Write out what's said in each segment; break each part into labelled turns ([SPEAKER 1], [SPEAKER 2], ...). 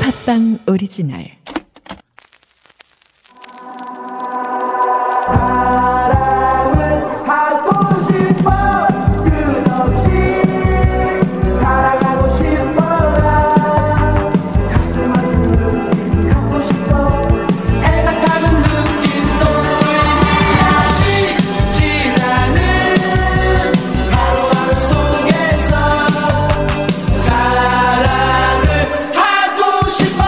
[SPEAKER 1] 팟빵 오리지널
[SPEAKER 2] 사랑을 하고 싶어 끝없이 사랑하고 싶어라 가슴 아픈 갖고 싶어 애타는 눈길도 다시 지나는 하루하루 속에서 사랑을 하고 싶어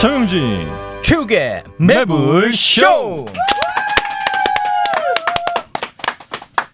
[SPEAKER 3] 정영진
[SPEAKER 4] 최욱의 매불쇼!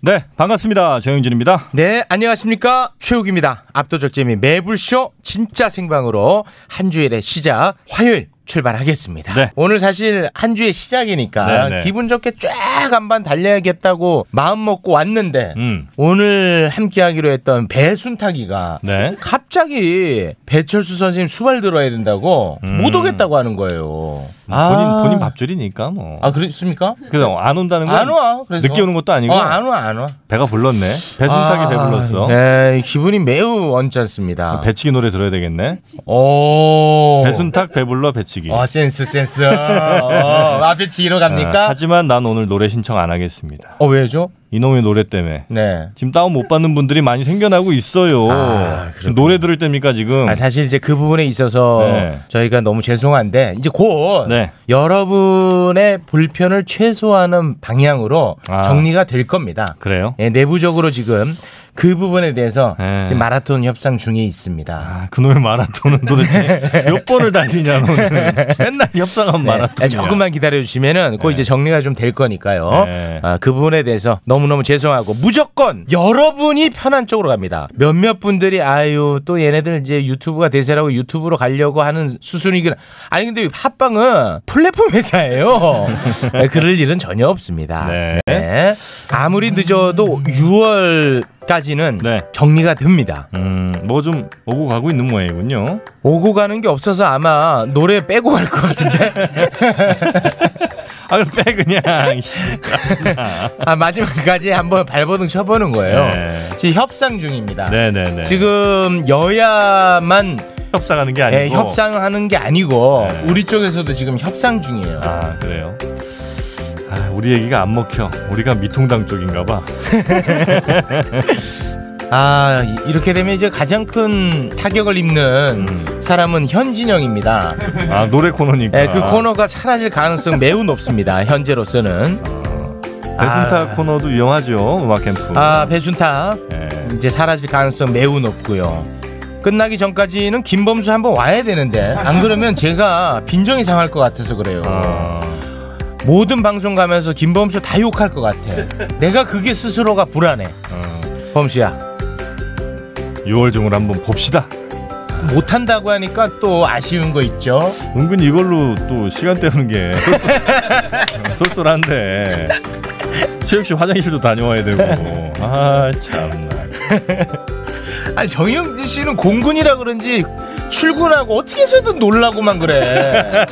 [SPEAKER 3] 네 반갑습니다 정영진입니다
[SPEAKER 4] 네, 안녕하십니까. 최욱입니다. 압도적 재미 매불쇼 진짜 생방으로 한 주일의 시작, 화요일 출발하겠습니다.
[SPEAKER 3] 네.
[SPEAKER 4] 오늘 사실 한 주의 시작이니까
[SPEAKER 3] 네, 네.
[SPEAKER 4] 기분 좋게 쫙 한번 달려야겠다고 마음 먹고 왔는데
[SPEAKER 3] 음.
[SPEAKER 4] 오늘 함께 하기로 했던 배순타기가
[SPEAKER 3] 네.
[SPEAKER 4] 갑자기 배철수 선생님 수발 들어야 된다고 못 오겠다고 하는 거예요.
[SPEAKER 3] 음. 본인 본인 밥줄이니까 뭐
[SPEAKER 4] 아, 그렇습니까?
[SPEAKER 3] 그래서 안 온다는 건
[SPEAKER 4] 안 와. 그래서.
[SPEAKER 3] 늦게 오는 것도 아니고
[SPEAKER 4] 어, 안 와, 안 와.
[SPEAKER 3] 배가 불렀네 배순탁이
[SPEAKER 4] 아,
[SPEAKER 3] 배불렀어 아,
[SPEAKER 4] 네, 기분이 매우 언짢습니다.
[SPEAKER 3] 배치기 노래 들어야 되겠네
[SPEAKER 4] 오.
[SPEAKER 3] 배순탁 배불러 배치기
[SPEAKER 4] 어, 센스, 센스. 어, 앞에 지로
[SPEAKER 3] 어,
[SPEAKER 4] 갑니까?
[SPEAKER 3] 하지만 난 오늘 노래 신청 안 하겠습니다
[SPEAKER 4] 어, 왜죠?
[SPEAKER 3] 이놈의 노래 때문에
[SPEAKER 4] 네.
[SPEAKER 3] 지금 다운 못 받는 분들이 많이 생겨나고 있어요
[SPEAKER 4] 아,
[SPEAKER 3] 지금 노래 들을 때입니까 지금
[SPEAKER 4] 아, 사실 이제 그 부분에 있어서
[SPEAKER 3] 음. 네.
[SPEAKER 4] 저희가 너무 죄송한데, 이제 곧
[SPEAKER 3] 네.
[SPEAKER 4] 여러분의 불편을 최소화하는 방향으로
[SPEAKER 3] 아.
[SPEAKER 4] 정리가 될 겁니다.
[SPEAKER 3] 그래요
[SPEAKER 4] 예, 내부적으로 지금 그 부분에 대해서
[SPEAKER 3] 네.
[SPEAKER 4] 지금 마라톤 협상 중에 있습니다.
[SPEAKER 3] 아, 그놈의 마라톤은 도대체 몇 번을 달리냐 너는 맨날 협상한
[SPEAKER 4] 네.
[SPEAKER 3] 마라톤이야
[SPEAKER 4] 조금만 기다려 주시면은 그 이제 정리가 좀 될 거니까요.
[SPEAKER 3] 네.
[SPEAKER 4] 아, 그 부분에 대해서 너무너무 죄송하고 무조건 여러분이 편한 쪽으로 갑니다. 몇몇 분들이 아유 또 얘네들 이제 유튜브가 대세라고 유튜브로 가려고 하는 수순이긴 아니 근데 팟빵은 플랫폼 회사예요. 네, 그럴 일은 전혀 없습니다.
[SPEAKER 3] 네.
[SPEAKER 4] 네. 아무리 늦어도 6월까지는
[SPEAKER 3] 네.
[SPEAKER 4] 정리가 됩니다.
[SPEAKER 3] 음, 뭐 좀 오고 가고 있는 모양이군요.
[SPEAKER 4] 오고 가는 게 없어서 아마 노래 빼고 갈 것 같은데.
[SPEAKER 3] 아, 그럼 빼 그냥. 씨.
[SPEAKER 4] 아 마지막까지 한번 발버둥 쳐보는 거예요.
[SPEAKER 3] 네.
[SPEAKER 4] 지금 협상 중입니다.
[SPEAKER 3] 네네네.
[SPEAKER 4] 지금 여야만
[SPEAKER 3] 협상하는 게 아니고.
[SPEAKER 4] 예, 협상하는 게 아니고
[SPEAKER 3] 네.
[SPEAKER 4] 우리 쪽에서도 지금 협상 중이에요.
[SPEAKER 3] 아, 그래요. 아, 우리 얘기가 안 먹혀. 우리가 미통당 쪽인가 봐.
[SPEAKER 4] 아 이- 이렇게 되면 이제 가장 큰 타격을 입는
[SPEAKER 3] 음.
[SPEAKER 4] 사람은 현진영입니다.
[SPEAKER 3] 아, 노래 코너니까.
[SPEAKER 4] 예, 그 코너가 사라질 가능성 매우 높습니다. 현재로서는
[SPEAKER 3] 배순타 코너도 위험하죠. 음악 캠프.
[SPEAKER 4] 아 배순타
[SPEAKER 3] 예.
[SPEAKER 4] 이제 사라질 가능성 매우 높고요. 끝나기 전까지는 김범수 한번 와야 되는데 안 그러면 제가 빈정이 상할 것 같아서 그래요.
[SPEAKER 3] 아,
[SPEAKER 4] 모든 방송 가면서 김범수 다 욕할 것 같아. 내가 그게 스스로가 불안해. 어. 범수야
[SPEAKER 3] 6월 중을 한번 봅시다.
[SPEAKER 4] 못한다고 하니까 또 아쉬운 거 있죠.
[SPEAKER 3] 은근 이걸로 또 시간 때우는 게 쏠쏠- 쏠쏠한데. 최혁 씨 화장실도 다녀와야 되고. 아, 참나.
[SPEAKER 4] 아니 정영진 씨는 공군이라 그런지 출근하고 어떻게 해서든 놀라고만 그래.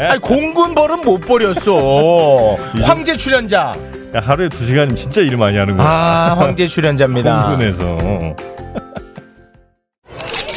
[SPEAKER 4] 아니 공군 벌은 못 버렸어. 황제 네. 출연자.
[SPEAKER 3] 야, 하루에 두 시간이면 진짜 일 많이 하는 거야.
[SPEAKER 4] 아 황제 출연자입니다.
[SPEAKER 3] 공군에서.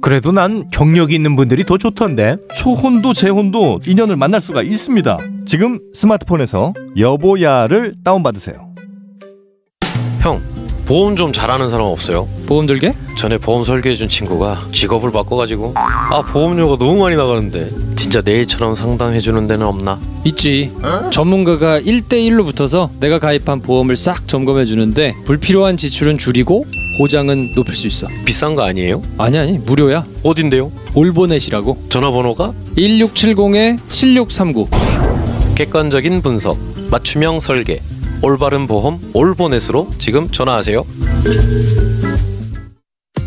[SPEAKER 4] 그래도 난 경력이 있는 분들이 더 좋던데.
[SPEAKER 3] 초혼도 재혼도 인연을 만날 수가 있습니다. 지금 스마트폰에서 여보야를 다운받으세요.
[SPEAKER 5] 형 보험 좀 잘하는 사람 없어요?
[SPEAKER 6] 보험 들게?
[SPEAKER 5] 전에 보험 설계해준 친구가 직업을 바꿔가지고 아 보험료가 너무 많이 나가는데 진짜 내일처럼 상담해주는 데는 없나?
[SPEAKER 6] 있지. 전문가가 1대1로 붙어서 내가 가입한 보험을 싹 점검해 주는데 불필요한 지출은 줄이고 보장은 높일 수 있어.
[SPEAKER 5] 비싼 거 아니에요?
[SPEAKER 6] 아니 아니 무료야.
[SPEAKER 5] 어딘데요?
[SPEAKER 6] 올보넷이라고.
[SPEAKER 5] 전화번호가
[SPEAKER 6] 1670에 7639.
[SPEAKER 5] 객관적인 분석 맞춤형 설계 올바른 보험 올보넷으로 지금 전화하세요.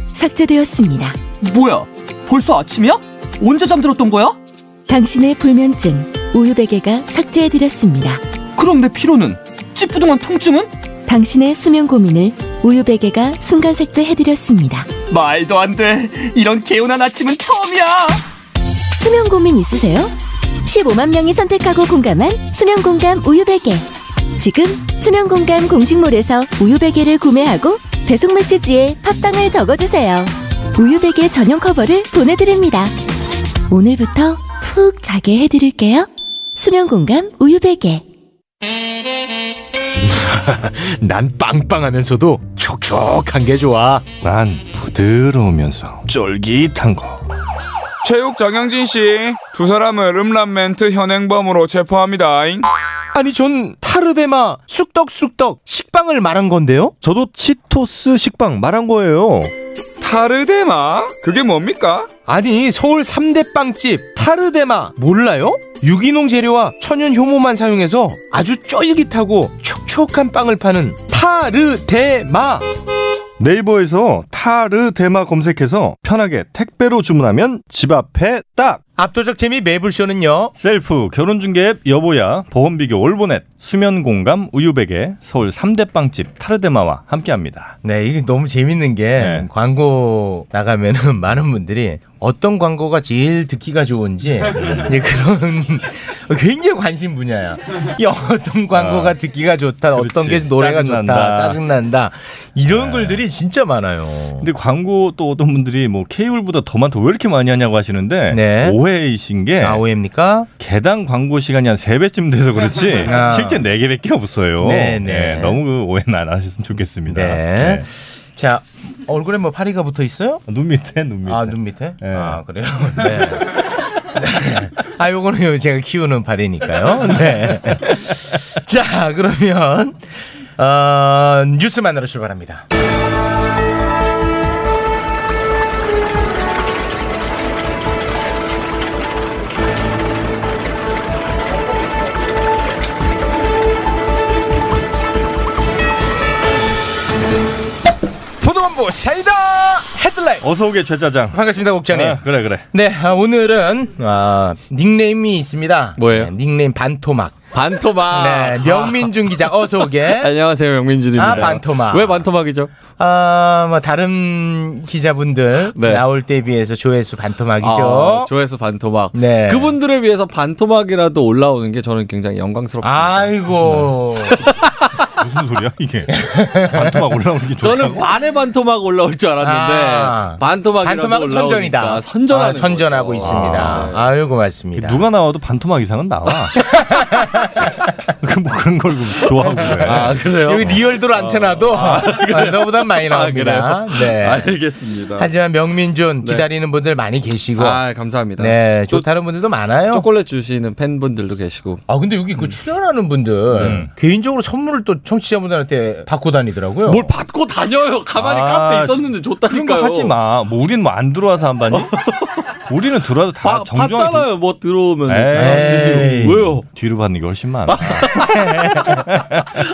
[SPEAKER 1] 삭제되었습니다.
[SPEAKER 7] 뭐야? 벌써 아침이야? 언제 잠들었던 거야?
[SPEAKER 1] 당신의 불면증 우유 베개가 삭제해드렸습니다.
[SPEAKER 7] 그럼 내 피로는? 찌뿌둥한 통증은?
[SPEAKER 1] 당신의 수면 고민을 우유 베개가 순간 삭제해드렸습니다.
[SPEAKER 7] 말도 안 돼. 이런 개운한 아침은 처음이야.
[SPEAKER 1] 수면 고민 있으세요? 15만 명이 선택하고 공감한 수면 공감 우유 베개. 지금 수면 공감 공식몰에서 우유 베개를 구매하고 배송 메시지에 팟빵을 적어주세요. 우유 베개 전용 커버를 보내드립니다. 오늘부터 푹 자게 해드릴게요. 수면 공감 우유 베개.
[SPEAKER 4] 난 빵빵하면서도 촉촉한 게 좋아.
[SPEAKER 3] 난 부드러우면서 쫄깃한 거.
[SPEAKER 8] 체육 정영진 씨, 두 사람을 음란멘트 현행범으로 체포합니다.
[SPEAKER 4] 아니 전 타르데마 쑥떡쑥떡 식빵을 말한 건데요.
[SPEAKER 3] 저도 치토스 식빵 말한 거예요.
[SPEAKER 8] 타르데마? 그게 뭡니까?
[SPEAKER 4] 아니 서울 3대 빵집 타르데마 몰라요? 유기농 재료와 천연 효모만 사용해서 아주 쫄깃하고 촉촉한 빵을 파는 타르데마.
[SPEAKER 3] 네이버에서 타르데마 검색해서 편하게 택배로 주문하면 집 앞에 딱!
[SPEAKER 4] 압도적 재미 매불쇼는요.
[SPEAKER 3] 셀프 결혼중개 앱 여보야 보험비교 올보넷 수면공감 우유베개 서울 3대 빵집 타르데마와 함께합니다.
[SPEAKER 4] 네, 이게 너무 재밌는 게
[SPEAKER 3] 네.
[SPEAKER 4] 광고 나가면은 많은 분들이 어떤 광고가 제일 듣기가 좋은지
[SPEAKER 3] 음.
[SPEAKER 4] 이제 그런 굉장히 관심 분야야. 이 어떤 광고가 듣기가 좋다, 어떤 게
[SPEAKER 3] 아, 그렇지.
[SPEAKER 4] 노래가
[SPEAKER 3] 짜증난다. 네.
[SPEAKER 4] 좋다, 짜증난다 이런 글들이 진짜 많아요.
[SPEAKER 3] 근데 광고 또 어떤 분들이 뭐 케이블보다 더 많다 왜 이렇게 많이 하냐고 하시는데
[SPEAKER 4] 네.
[SPEAKER 3] 오해이신 게
[SPEAKER 4] 아 오해입니까?
[SPEAKER 3] 개당 광고 시간이 한 3배쯤 돼서 그렇지
[SPEAKER 4] 아.
[SPEAKER 3] 실제 4개밖에 없어요.
[SPEAKER 4] 네, 네.
[SPEAKER 3] 너무 그 오해는 안 하셨으면 좋겠습니다.
[SPEAKER 4] 네. 자 얼굴에 뭐 파리가 붙어 있어요?
[SPEAKER 3] 눈 밑에 눈 밑에.
[SPEAKER 4] 아 눈 밑에?
[SPEAKER 3] 네.
[SPEAKER 4] 아 그래요? 네. 네. 아 요거는 요 제가 키우는 발이니까요. 네. 자 그러면 어, 뉴스만으로 출발합니다. 포도원부 사이다 헤드라인.
[SPEAKER 3] 어서 오게 최짜장.
[SPEAKER 4] 반갑습니다, 국장님.
[SPEAKER 3] 아, 그래 그래.
[SPEAKER 4] 네, 아, 오늘은 아, 닉네임이 있습니다.
[SPEAKER 6] 뭐예요?
[SPEAKER 4] 네, 닉네임 반토막.
[SPEAKER 6] 반토막.
[SPEAKER 4] 네, 명민준 기자 어서
[SPEAKER 6] 아,
[SPEAKER 4] 오게.
[SPEAKER 6] 안녕하세요 명민준입니다.
[SPEAKER 4] 아, 반토막.
[SPEAKER 6] 왜 반토막이죠?
[SPEAKER 4] 아, 뭐 다른 기자분들
[SPEAKER 6] 네.
[SPEAKER 4] 나올 때 비해서 조회수
[SPEAKER 6] 아,
[SPEAKER 4] 반토막이죠.
[SPEAKER 6] 조회수 반토막.
[SPEAKER 4] 어? 네.
[SPEAKER 6] 그분들을 위해서 반토막이라도 올라오는 게 저는 굉장히
[SPEAKER 4] 아,
[SPEAKER 6] 영광스럽습니다. 네.
[SPEAKER 4] 아이고.
[SPEAKER 3] 무슨 소리야 이게? 반토막 올라오는 게 좋다고?
[SPEAKER 6] 저는 반의 반토막 올라올 줄 알았는데
[SPEAKER 4] 아.
[SPEAKER 6] 반토막이라도
[SPEAKER 4] 반토막은
[SPEAKER 6] 올라오니까
[SPEAKER 4] 선전이다.
[SPEAKER 6] 선전하는
[SPEAKER 4] 아, 선전하고
[SPEAKER 6] 거죠.
[SPEAKER 4] 있습니다.
[SPEAKER 6] 아,
[SPEAKER 4] 아, 이고 고맙습니다.
[SPEAKER 3] 누가 나와도 반토막 이상은 나와. 그 뭐 그런 걸 좋아하고 그래.
[SPEAKER 6] 아, 그래요?
[SPEAKER 4] 여기 리얼도로 안 쳐놔도 아, 너보단 많이
[SPEAKER 6] 그래요?
[SPEAKER 4] 나옵니다. 네.
[SPEAKER 6] 알겠습니다.
[SPEAKER 4] 하지만 명민준
[SPEAKER 6] 네.
[SPEAKER 4] 기다리는 분들 많이 계시고
[SPEAKER 6] 아 감사합니다.
[SPEAKER 4] 네,
[SPEAKER 6] 또
[SPEAKER 4] 좋다는 분들도 많아요.
[SPEAKER 6] 초콜릿 주시는 팬분들도 계시고
[SPEAKER 4] 아 근데 여기
[SPEAKER 6] 음.
[SPEAKER 4] 그 출연하는 분들
[SPEAKER 6] 네.
[SPEAKER 4] 개인적으로 선물을 또 청취자분들한테 받고 다니더라고요.
[SPEAKER 6] 뭘 받고 다녀요? 가만히
[SPEAKER 3] 아,
[SPEAKER 6] 카페 있었는데
[SPEAKER 3] 그런 거
[SPEAKER 6] 줬다니까요.
[SPEAKER 3] 하지 마. 뭐 우리는 뭐 안 들어와서 안 봤니? 우리는 들어와도 다
[SPEAKER 6] 봐-
[SPEAKER 3] 정중하게. 네.
[SPEAKER 6] 봤잖아요. 뭐 들어오면
[SPEAKER 3] 에이.
[SPEAKER 6] 드시고. 왜요?
[SPEAKER 3] 뒤로 받는 게 훨씬 많아.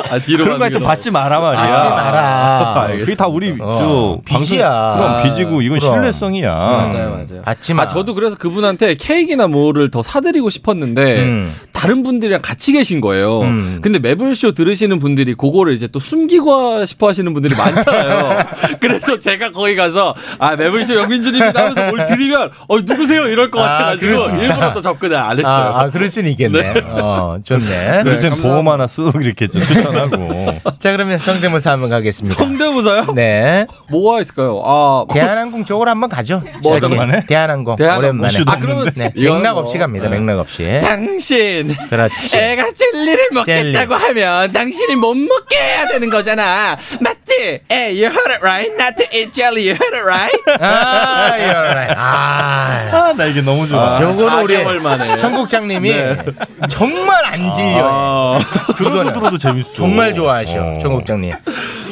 [SPEAKER 6] 아, 뒤로
[SPEAKER 3] 그런 거
[SPEAKER 6] 가는 게
[SPEAKER 3] 하여튼 받지 마라 말이야.
[SPEAKER 4] 받지 마라.
[SPEAKER 3] 아, 그게 다 우리
[SPEAKER 4] 어,
[SPEAKER 3] 저 방송-
[SPEAKER 4] 빚이야.
[SPEAKER 3] 그럼 빚이고 이건
[SPEAKER 4] 그럼. 음,
[SPEAKER 3] 신뢰성이야.
[SPEAKER 6] 나아요. 맞아요, 맞아요.
[SPEAKER 4] 받지 마.
[SPEAKER 6] 아, 저도 그래서 그분한테 케이크나 뭐를 더 사드리고 싶었는데
[SPEAKER 4] 음.
[SPEAKER 6] 다른 분들이랑 같이 계신 거예요.
[SPEAKER 4] 음.
[SPEAKER 6] 근데 매블쇼 들으시는 분들이 그거를 이제 또 숨기고 싶어 하시는 분들이 많잖아요. 그래서 제가 거기 가서 아 매블쇼 영민준입니다 하면서 뭘 드리면 어 누구세요 이럴 것
[SPEAKER 4] 아,
[SPEAKER 6] 같아가지고
[SPEAKER 4] 그럴 수 있다.
[SPEAKER 6] 일부러 또 접근을 안 했어요.
[SPEAKER 4] 아, 아, 그럴 수는 있겠네. 어, 좋네.
[SPEAKER 3] 그럴 땐 보험 하나 쓱 이렇게 좀 추천하고.
[SPEAKER 4] 자 그러면 성대모사 한번 가겠습니다.
[SPEAKER 6] 성대모사요?
[SPEAKER 4] 네.
[SPEAKER 6] 뭐가 있을까요? 아
[SPEAKER 4] 대한항공 쪽으로 한번 가죠.
[SPEAKER 6] 뭐,
[SPEAKER 4] 짧게.
[SPEAKER 3] 오랜만에?
[SPEAKER 4] 대한항공.
[SPEAKER 6] 대한항공.
[SPEAKER 4] 오랜만에.
[SPEAKER 3] 수도
[SPEAKER 6] 아, 그러면
[SPEAKER 4] 네,
[SPEAKER 6] 이거는
[SPEAKER 4] 맥락
[SPEAKER 6] 뭐,
[SPEAKER 4] 없이 갑니다.
[SPEAKER 6] 네.
[SPEAKER 4] 맥락 없이.
[SPEAKER 6] 당신
[SPEAKER 4] 그렇지.
[SPEAKER 6] 애가 젤리를
[SPEAKER 4] 먹겠다고
[SPEAKER 6] 하면 당신이 못 먹게 해야 되는 거잖아. 맞지? 에, you heard it right. Not to eat jelly. You heard it right.
[SPEAKER 4] 아, you're right. 아.
[SPEAKER 3] 아, 나 이게 너무 좋아.
[SPEAKER 4] 요거는 우리
[SPEAKER 6] 4개월 만에. 네.
[SPEAKER 4] 청국장님이 정말 안 질려.
[SPEAKER 6] 아.
[SPEAKER 3] 들어도
[SPEAKER 4] 이거는.
[SPEAKER 3] 들어도 재밌어.
[SPEAKER 4] 정말 좋아하셔,
[SPEAKER 3] 어.
[SPEAKER 4] 청국장님.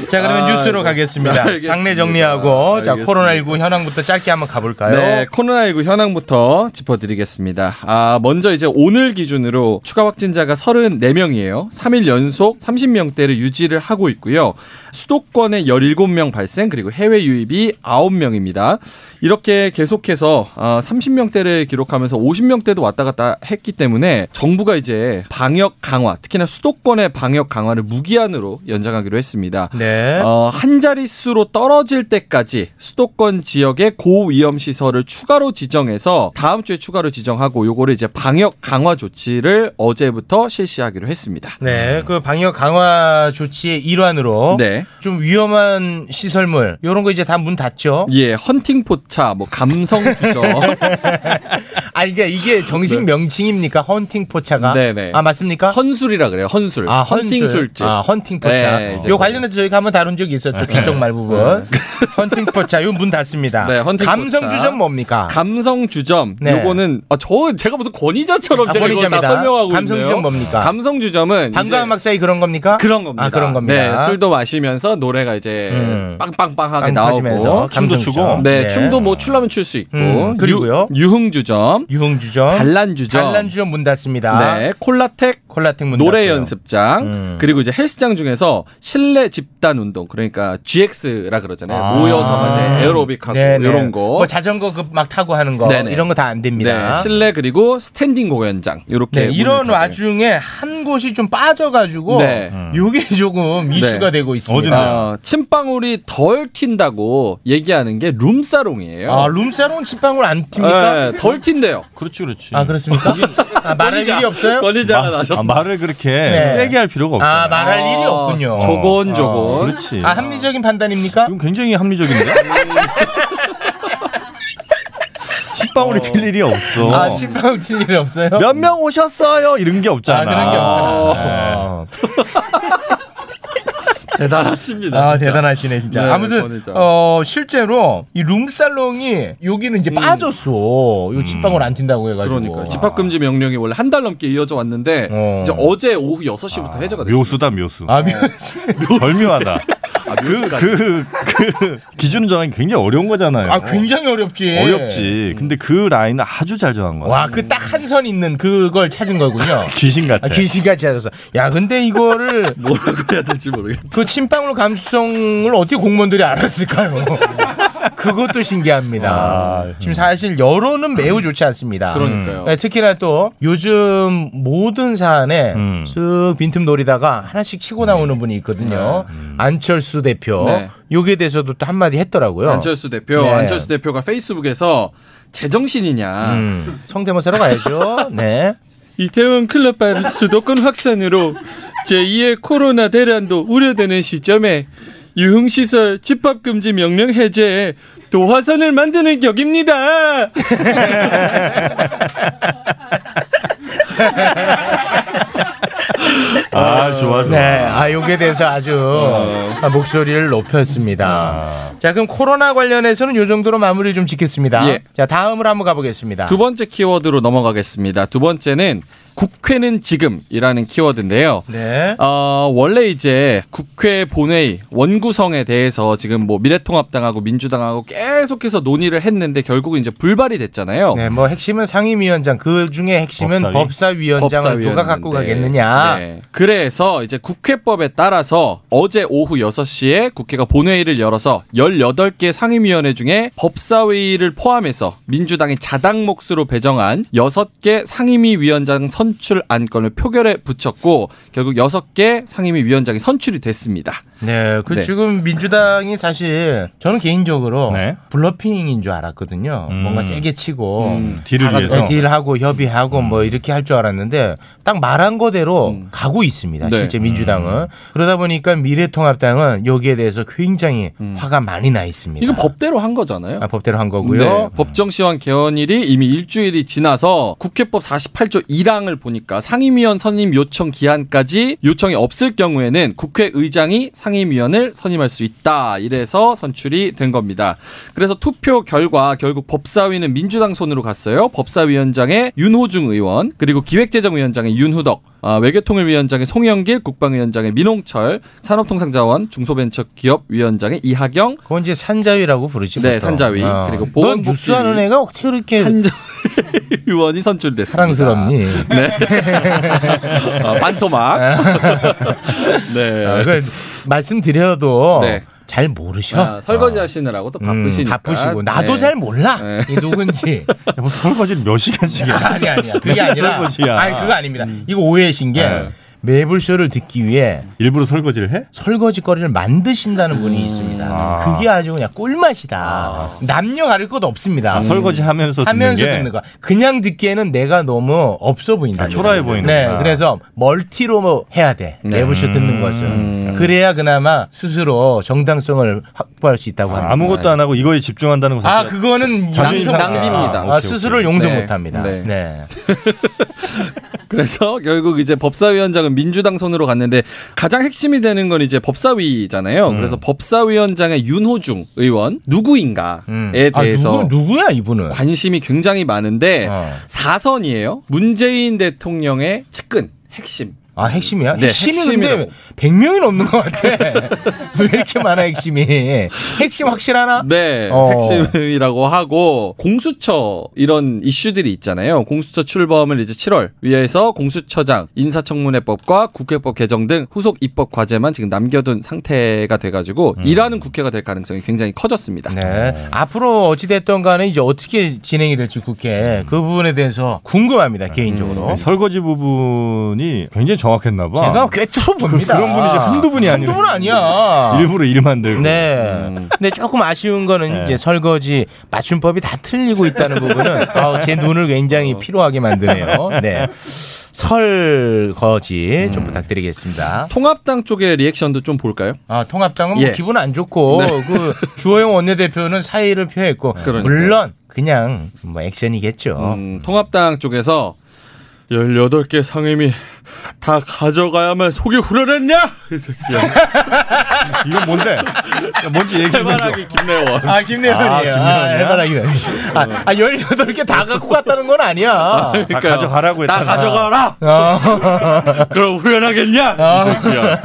[SPEAKER 4] 자 그러면
[SPEAKER 6] 아,
[SPEAKER 4] 뉴스로
[SPEAKER 6] 네.
[SPEAKER 4] 가겠습니다.
[SPEAKER 6] 알겠습니다.
[SPEAKER 4] 장례 정리하고 자
[SPEAKER 6] 알겠습니다.
[SPEAKER 4] 코로나19 현황부터 짧게 한번 가볼까요?
[SPEAKER 6] 네, 코로나19 현황부터 짚어드리겠습니다. 아, 먼저 이제 오늘 기준으로 추가 확진자가 34명이에요. 3일 연속 30명대를 유지를 하고 있고요. 수도권에 17명 발생, 그리고 해외 유입이 9명입니다. 이렇게 계속해서 아, 30명대를 기록하면서 50명대도 왔다 갔다 했기 때문에 정부가 이제 방역 강화, 특히나 수도권의 방역 강화를 무기한으로 연장하기로 했습니다.
[SPEAKER 4] 네.
[SPEAKER 6] 어, 한 자릿수로 떨어질 때까지 수도권 지역의 고위험 시설을 추가로 지정해서 다음 주에 추가로 지정하고 요거를 이제 방역 강화 조치를 어제부터 실시하기로 했습니다.
[SPEAKER 4] 네, 그 방역 강화 조치의 일환으로
[SPEAKER 6] 네.
[SPEAKER 4] 좀 위험한 시설물 요런 거 이제 다 문 닫죠.
[SPEAKER 6] 예, 헌팅 포차, 뭐 감성 주저.
[SPEAKER 4] 아 이게 이게 정식 명칭입니까? 헌팅 포차가?
[SPEAKER 6] 네. 네네.
[SPEAKER 4] 아 맞습니까?
[SPEAKER 6] 헌술이라 그래요. 헌술.
[SPEAKER 4] 아,
[SPEAKER 6] 헌팅 술집.
[SPEAKER 4] 아, 헌팅 포차.
[SPEAKER 6] 네, 이제
[SPEAKER 4] 요
[SPEAKER 6] 거기.
[SPEAKER 4] 관련해서 저희가 한번 다룬 적이 있었죠. 귓속말 부분. 헌팅 포차. 요 문 닫습니다.
[SPEAKER 6] 네, 헌팅
[SPEAKER 4] 감성
[SPEAKER 6] 포차.
[SPEAKER 4] 주점 뭡니까?
[SPEAKER 6] 감성 주점
[SPEAKER 4] 네.
[SPEAKER 6] 요거는 아, 저 제가 무슨 권위자처럼
[SPEAKER 4] 아,
[SPEAKER 6] 제가 이걸 다
[SPEAKER 4] 권위자입니다.
[SPEAKER 6] 설명하고
[SPEAKER 4] 감성
[SPEAKER 6] 있네요.
[SPEAKER 4] 주점 뭡니까?
[SPEAKER 6] 감성 주점은 이제
[SPEAKER 4] 방과한 막사이 그런 겁니까?
[SPEAKER 6] 그런 겁니다.
[SPEAKER 4] 아, 그런 겁니다.
[SPEAKER 6] 네, 술도 마시면서 노래가 이제
[SPEAKER 4] 음.
[SPEAKER 6] 빵빵빵하게
[SPEAKER 4] 빵
[SPEAKER 6] 나오고
[SPEAKER 4] 터지면서
[SPEAKER 3] 춤도
[SPEAKER 4] 감성
[SPEAKER 3] 추고.
[SPEAKER 4] 주점.
[SPEAKER 6] 네, 춤도 뭐 출라면 출 수 있고
[SPEAKER 4] 음, 그리고요?
[SPEAKER 6] 유, 흥주점
[SPEAKER 4] 유흥 주점.
[SPEAKER 6] 단란 주점
[SPEAKER 4] 단란 주점 문 닫습니다.
[SPEAKER 6] 네, 콜라텍
[SPEAKER 4] 콜라텍 문
[SPEAKER 6] 노래
[SPEAKER 4] 닫고요.
[SPEAKER 6] 연습장
[SPEAKER 4] 음.
[SPEAKER 6] 그리고 이제 헬스장 중에서 실내 집단 운동 그러니까 GX라 그러잖아요
[SPEAKER 4] 아.
[SPEAKER 6] 모여서 이제 에어로빅하고
[SPEAKER 4] 네네.
[SPEAKER 6] 이런 거
[SPEAKER 4] 뭐 자전거 그 막 타고 하는 거
[SPEAKER 6] 네네.
[SPEAKER 4] 이런 거 다 안 됩니다.
[SPEAKER 6] 네, 실내 그리고 스탠딩 공연장 이렇게
[SPEAKER 4] 네, 이런
[SPEAKER 6] 문을 닫아요.
[SPEAKER 4] 와중에 한 곳이 좀 빠져가지고 음.
[SPEAKER 6] 네.
[SPEAKER 4] 이게 조금 이슈가 되고 있습니다.
[SPEAKER 3] 어디나요?
[SPEAKER 6] 어, 침방울이 덜 튄다고 얘기하는 게 룸사롱이에요.
[SPEAKER 4] 아, 룸사롱 침방울 안 튑니까?
[SPEAKER 6] 네, 덜 튄대요.
[SPEAKER 3] 그렇지 그렇지.
[SPEAKER 4] 아 그렇습니까? 아, 말할 일이 없어요?
[SPEAKER 3] 마- 아, 말을 그렇게 세게 할 필요가 없잖아.
[SPEAKER 4] 네. 아 말할 일이 없군요.
[SPEAKER 6] 조곤 조곤.
[SPEAKER 3] 그렇지.
[SPEAKER 4] 아 음. 합리적인 판단입니까?
[SPEAKER 3] 이건 굉장히 합리적인데. 식빵으로 튈 일이 없어.
[SPEAKER 4] 아 침방울 튈 일이 없어요?
[SPEAKER 3] 몇 명 오셨어요? 이런 게 없잖아.
[SPEAKER 4] 아 그런 게
[SPEAKER 3] 네.
[SPEAKER 4] 없구나.
[SPEAKER 6] 대단하십니다.
[SPEAKER 4] 아 대단하시네 진짜.
[SPEAKER 6] 네,
[SPEAKER 4] 아무튼
[SPEAKER 6] 진짜.
[SPEAKER 4] 어 실제로 이 룸살롱이 여기는 이제 빠졌어. 이 집방울 안 튄다고
[SPEAKER 6] 음.
[SPEAKER 4] 해가지고. 아.
[SPEAKER 6] 그러니까 요 집합 금지 명령이 원래 한 달 넘게 이어져 왔는데
[SPEAKER 4] 어.
[SPEAKER 6] 이제 어제 오후 6시부터 해제가 됐습니다.
[SPEAKER 3] 묘수다 묘수.
[SPEAKER 4] 아 미-
[SPEAKER 6] 네.
[SPEAKER 3] 절묘하다.
[SPEAKER 4] 아,
[SPEAKER 3] 그
[SPEAKER 6] 묘수까지.
[SPEAKER 3] 그 그 기준 정하기 굉장히 어려운 거잖아요.
[SPEAKER 4] 아 굉장히 어렵지.
[SPEAKER 3] 어렵지. 근데 그 라인은 아주 잘 정한 거야.
[SPEAKER 4] 와 그 딱 한 선 있는 그걸 찾은 거군요.
[SPEAKER 3] 귀신 같아.
[SPEAKER 4] 아, 귀신같이 하셔서 야 근데 이거를
[SPEAKER 6] 뭐라고 해야 될지 모르겠다.
[SPEAKER 4] 그 침방울 감수성을 어떻게 공무원들이 알았을까요? 그것도 신기합니다.
[SPEAKER 3] 아,
[SPEAKER 4] 지금 사실 여론은 매우 좋지 않습니다.
[SPEAKER 6] 그러니까요.
[SPEAKER 4] 네, 특히나 또 요즘 모든 사안에
[SPEAKER 3] 음.
[SPEAKER 4] 쓱 빈틈 노리다가 하나씩 치고 나오는 분이 있거든요.
[SPEAKER 6] 음.
[SPEAKER 4] 안철수 대표.
[SPEAKER 6] 네.
[SPEAKER 4] 요기에 대해서도 또 한마디 했더라고요.
[SPEAKER 6] 안철수 대표,
[SPEAKER 4] 네.
[SPEAKER 6] 안철수 대표가 페이스북에서 제정신이냐.
[SPEAKER 4] 음, 성대모사로 가야죠. 네.
[SPEAKER 9] 이태원 클럽발 수도권 확산으로 제2의 코로나 대란도 우려되는 시점에 유흥시설 집합금지 명령 해제에 도화선을 만드는 격입니다.
[SPEAKER 3] 아 좋아 좋아.
[SPEAKER 4] 네, 아 여기에 대해서 아주 아, 목소리를 높였습니다. 자, 그럼 코로나 관련해서는 요 정도로 마무리 좀 짓겠습니다.
[SPEAKER 6] 예.
[SPEAKER 4] 자, 다음으로 한번 가보겠습니다.
[SPEAKER 6] 두 번째 키워드로 넘어가겠습니다. 두 번째는 국회는 지금이라는 키워드인데요.
[SPEAKER 4] 네.
[SPEAKER 6] 어, 원래 이제 국회 본회의 원구성에 대해서 지금 뭐 미래통합당하고 민주당하고 계속해서 논의를 했는데 결국은 이제 불발이 됐잖아요.
[SPEAKER 4] 네, 뭐 핵심은 상임위원장 그 중에 핵심은
[SPEAKER 3] 법사위?
[SPEAKER 4] 법사위원장을 누가
[SPEAKER 6] 법사위원회인데.
[SPEAKER 4] 갖고 가겠느냐.
[SPEAKER 6] 네. 그래서 이제 국회법에 따라서 어제 오후 6시에 국회가 본회의를 열어서 18개 상임위원회 중에 법사위를 포함해서 민주당이 자당 몫으로 배정한 6개 상임위위원장 선출 안건을 표결에 붙였고 결국 6개 상임위위원장이 선출이 됐습니다.
[SPEAKER 4] 네, 그
[SPEAKER 6] 네.
[SPEAKER 4] 지금 민주당이 사실 저는 개인적으로
[SPEAKER 3] 네.
[SPEAKER 4] 블러핑인 줄 알았거든요.
[SPEAKER 3] 음.
[SPEAKER 4] 뭔가 세게 치고
[SPEAKER 3] 딜을
[SPEAKER 4] 다 같이
[SPEAKER 3] 위해서. 음.
[SPEAKER 4] 딜하고 협의하고 뭐 이렇게 할 줄 알았는데 딱 말한 거대로 가고 있습니다.
[SPEAKER 6] 음. 네.
[SPEAKER 4] 실제 민주당은
[SPEAKER 3] 음.
[SPEAKER 4] 그러다 보니까 미래통합당은 여기에 대해서 굉장히
[SPEAKER 6] 음.
[SPEAKER 4] 화가 많이 나 있습니다.
[SPEAKER 6] 이거 법대로 한 거잖아요.
[SPEAKER 4] 아, 법대로 한 거고요.
[SPEAKER 6] 네, 법정 시황 개헌일이 이미 일주일이 지나서 국회법 48조 1항을 보니까 상임위원 선임 요청 기한까지 요청이 없을 경우에는 국회의장이 상임위원을 선임할 수 있다. 이래서 선출이 된 겁니다. 그래서 투표 결과 결국 법사위는 민주당 손으로 갔어요. 법사위원장의 윤호중 의원, 그리고 기획재정위원장의 윤후덕, 아, 외교통일위원장의 송영길, 국방위원장의 민홍철, 산업통상자원, 중소벤처기업위원장의 이하경,
[SPEAKER 4] 그건 이제 산자위라고 부르지.
[SPEAKER 6] 네,
[SPEAKER 4] 보통.
[SPEAKER 6] 산자위.
[SPEAKER 4] 어.
[SPEAKER 6] 그리고
[SPEAKER 4] 넌
[SPEAKER 6] 보건복지위.
[SPEAKER 4] 복수하는 애가 어떻게 이렇게
[SPEAKER 6] 의원이 선출됐습니다.
[SPEAKER 4] 사랑스럽니?
[SPEAKER 6] 네. 어, 반토막. 네.
[SPEAKER 4] 아, 그 말씀드려도
[SPEAKER 6] 네.
[SPEAKER 4] 잘 모르셔.
[SPEAKER 6] 아, 설거지 하시느라고 또
[SPEAKER 4] 음,
[SPEAKER 6] 바쁘시니까.
[SPEAKER 4] 바쁘시고 나도
[SPEAKER 6] 네.
[SPEAKER 4] 잘 몰라
[SPEAKER 6] 네.
[SPEAKER 4] 이 누군지
[SPEAKER 3] 뭐 설거지를 몇 시간씩 해.
[SPEAKER 4] 아니 아니야 그게 아니라
[SPEAKER 3] 설거지야. 음.
[SPEAKER 4] 아니 그거 아닙니다 이거 오해하신 게
[SPEAKER 3] 네.
[SPEAKER 4] 매불쇼를 듣기 위해
[SPEAKER 3] 일부러 설거지를 해?
[SPEAKER 4] 설거지거리를 만드신다는 분이 있습니다
[SPEAKER 3] 음. 아.
[SPEAKER 4] 그게 아주 그냥 꿀맛이다 남녀 가릴 것 없습니다
[SPEAKER 3] 아, 설거지하면서 듣는
[SPEAKER 4] 음. 하면서
[SPEAKER 3] 게
[SPEAKER 4] 듣는 거 그냥 듣기에는 내가 너무 없어 보인다
[SPEAKER 3] 아, 초라해 보이는구나. 네. 음.
[SPEAKER 4] 네 그래서 멀티로 뭐 해야 돼 매불쇼 듣는 것은 그래야 그나마 스스로 정당성을 확보할 수 있다고 합니다
[SPEAKER 3] 아, 무것도안 하고 이거에 집중한다는 거
[SPEAKER 4] 아
[SPEAKER 3] 자체가
[SPEAKER 4] 그거는
[SPEAKER 3] 자존심
[SPEAKER 4] 양성-
[SPEAKER 6] 낭비입니다.
[SPEAKER 4] 아,
[SPEAKER 6] 오케이,
[SPEAKER 4] 스스로를
[SPEAKER 6] 오케이.
[SPEAKER 4] 용서
[SPEAKER 6] 네.
[SPEAKER 4] 못합니다.
[SPEAKER 6] 네.
[SPEAKER 4] 네.
[SPEAKER 6] 그래서 결국 이제 법사위원장은 민주당 손으로 갔는데 가장 핵심이 되는 건 이제 법사위잖아요.
[SPEAKER 4] 음.
[SPEAKER 6] 그래서 법사위원장의 윤호중 의원 누구인가에
[SPEAKER 4] 음. 아,
[SPEAKER 6] 대해서
[SPEAKER 4] 누구, 누구야 이분은?
[SPEAKER 6] 관심이 굉장히 많은데
[SPEAKER 4] 어.
[SPEAKER 6] 4선이에요. 문재인 대통령의 측근 핵심.
[SPEAKER 4] 아 핵심이야?
[SPEAKER 6] 네,
[SPEAKER 4] 핵심이
[SPEAKER 6] 핵심이라고.
[SPEAKER 4] 근데 100명이 넘는 것 같아. 왜 이렇게 많아 핵심이? 핵심 확실하나?
[SPEAKER 6] 네,
[SPEAKER 4] 어.
[SPEAKER 6] 핵심이라고 하고 공수처 이런 이슈들이 있잖아요. 공수처 출범을 이제 7월 위해서 공수처장 인사청문회법과 국회법 개정 등 후속 입법 과제만 지금 남겨둔 상태가 돼가지고 일하는 국회가 될 가능성이 굉장히 커졌습니다.
[SPEAKER 4] 네. 앞으로 어찌됐던 간에 이제 어떻게 진행이 될지 국회
[SPEAKER 6] 음.
[SPEAKER 4] 그 부분에 대해서 궁금합니다 개인적으로.
[SPEAKER 3] 설거지 부분이 굉장히 정확했나 봐.
[SPEAKER 4] 제가 꿰뚫어 봅니다.
[SPEAKER 3] 그런 분이 이제 한두 분이 아니라
[SPEAKER 4] 한두 분 아니야.
[SPEAKER 3] 일부러 일 만들고.
[SPEAKER 4] 네.
[SPEAKER 6] 음.
[SPEAKER 4] 근데 조금 아쉬운 거는
[SPEAKER 3] 네.
[SPEAKER 4] 이제 설거지 맞춤법이 다 틀리고 있다는 부분은 아우, 제 눈을 굉장히 피로하게 만드네요. 네.
[SPEAKER 6] 음.
[SPEAKER 4] 설거지 좀 부탁드리겠습니다.
[SPEAKER 6] 통합당 쪽의 리액션도 좀 볼까요?
[SPEAKER 4] 아, 통합당은 뭐
[SPEAKER 6] 예.
[SPEAKER 4] 기분 안 좋고 그 주호영 원내대표는 사의를 표했고
[SPEAKER 6] 그러니까요.
[SPEAKER 4] 물론 그냥 뭐 액션이겠죠.
[SPEAKER 6] 음, 통합당 쪽에서 18개 상임위 다 가져가야만 속이 후련했냐? 이 새끼야.
[SPEAKER 3] 이건 뭔데? 야, 뭔지 얘기해 줘.
[SPEAKER 6] 해바라기 김래원.
[SPEAKER 4] 아, 김내원이에요. 아,
[SPEAKER 3] 김내원이야?
[SPEAKER 4] 해바라기네. 아,
[SPEAKER 6] 음.
[SPEAKER 4] 아, 18개 다 갖고 갔다는 건 아니야. 어.
[SPEAKER 3] 다 가져가라고
[SPEAKER 6] 다
[SPEAKER 3] 했잖아.
[SPEAKER 6] 가져가라. 아. 그럼 후련하겠냐? 이 새끼야.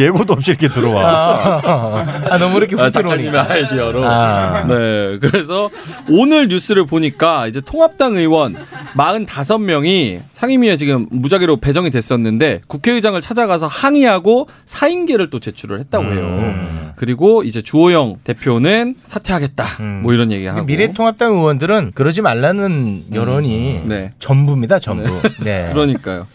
[SPEAKER 3] 예고도 없이 이렇게 들어와.
[SPEAKER 4] 아, 너무 이렇게
[SPEAKER 6] 아,
[SPEAKER 4] 후트로니
[SPEAKER 6] 작가님의 아이디어로.
[SPEAKER 4] 아.
[SPEAKER 6] 네. 그래서 오늘 뉴스를 보니까 이제 통합당 의원 45명이 상임위에 지금 무작위로 배정이 됐었는데 국회의장을 찾아가서 항의하고 사임계를 또 제출을 했다고 해요.
[SPEAKER 4] 음.
[SPEAKER 6] 그리고 이제 주호영 대표는 사퇴하겠다. 뭐 이런 얘기하고.
[SPEAKER 4] 음. 미래통합당 의원들은 그러지 말라는 여론이
[SPEAKER 6] 네.
[SPEAKER 4] 전부입니다, 전부. 네.
[SPEAKER 6] 그러니까요.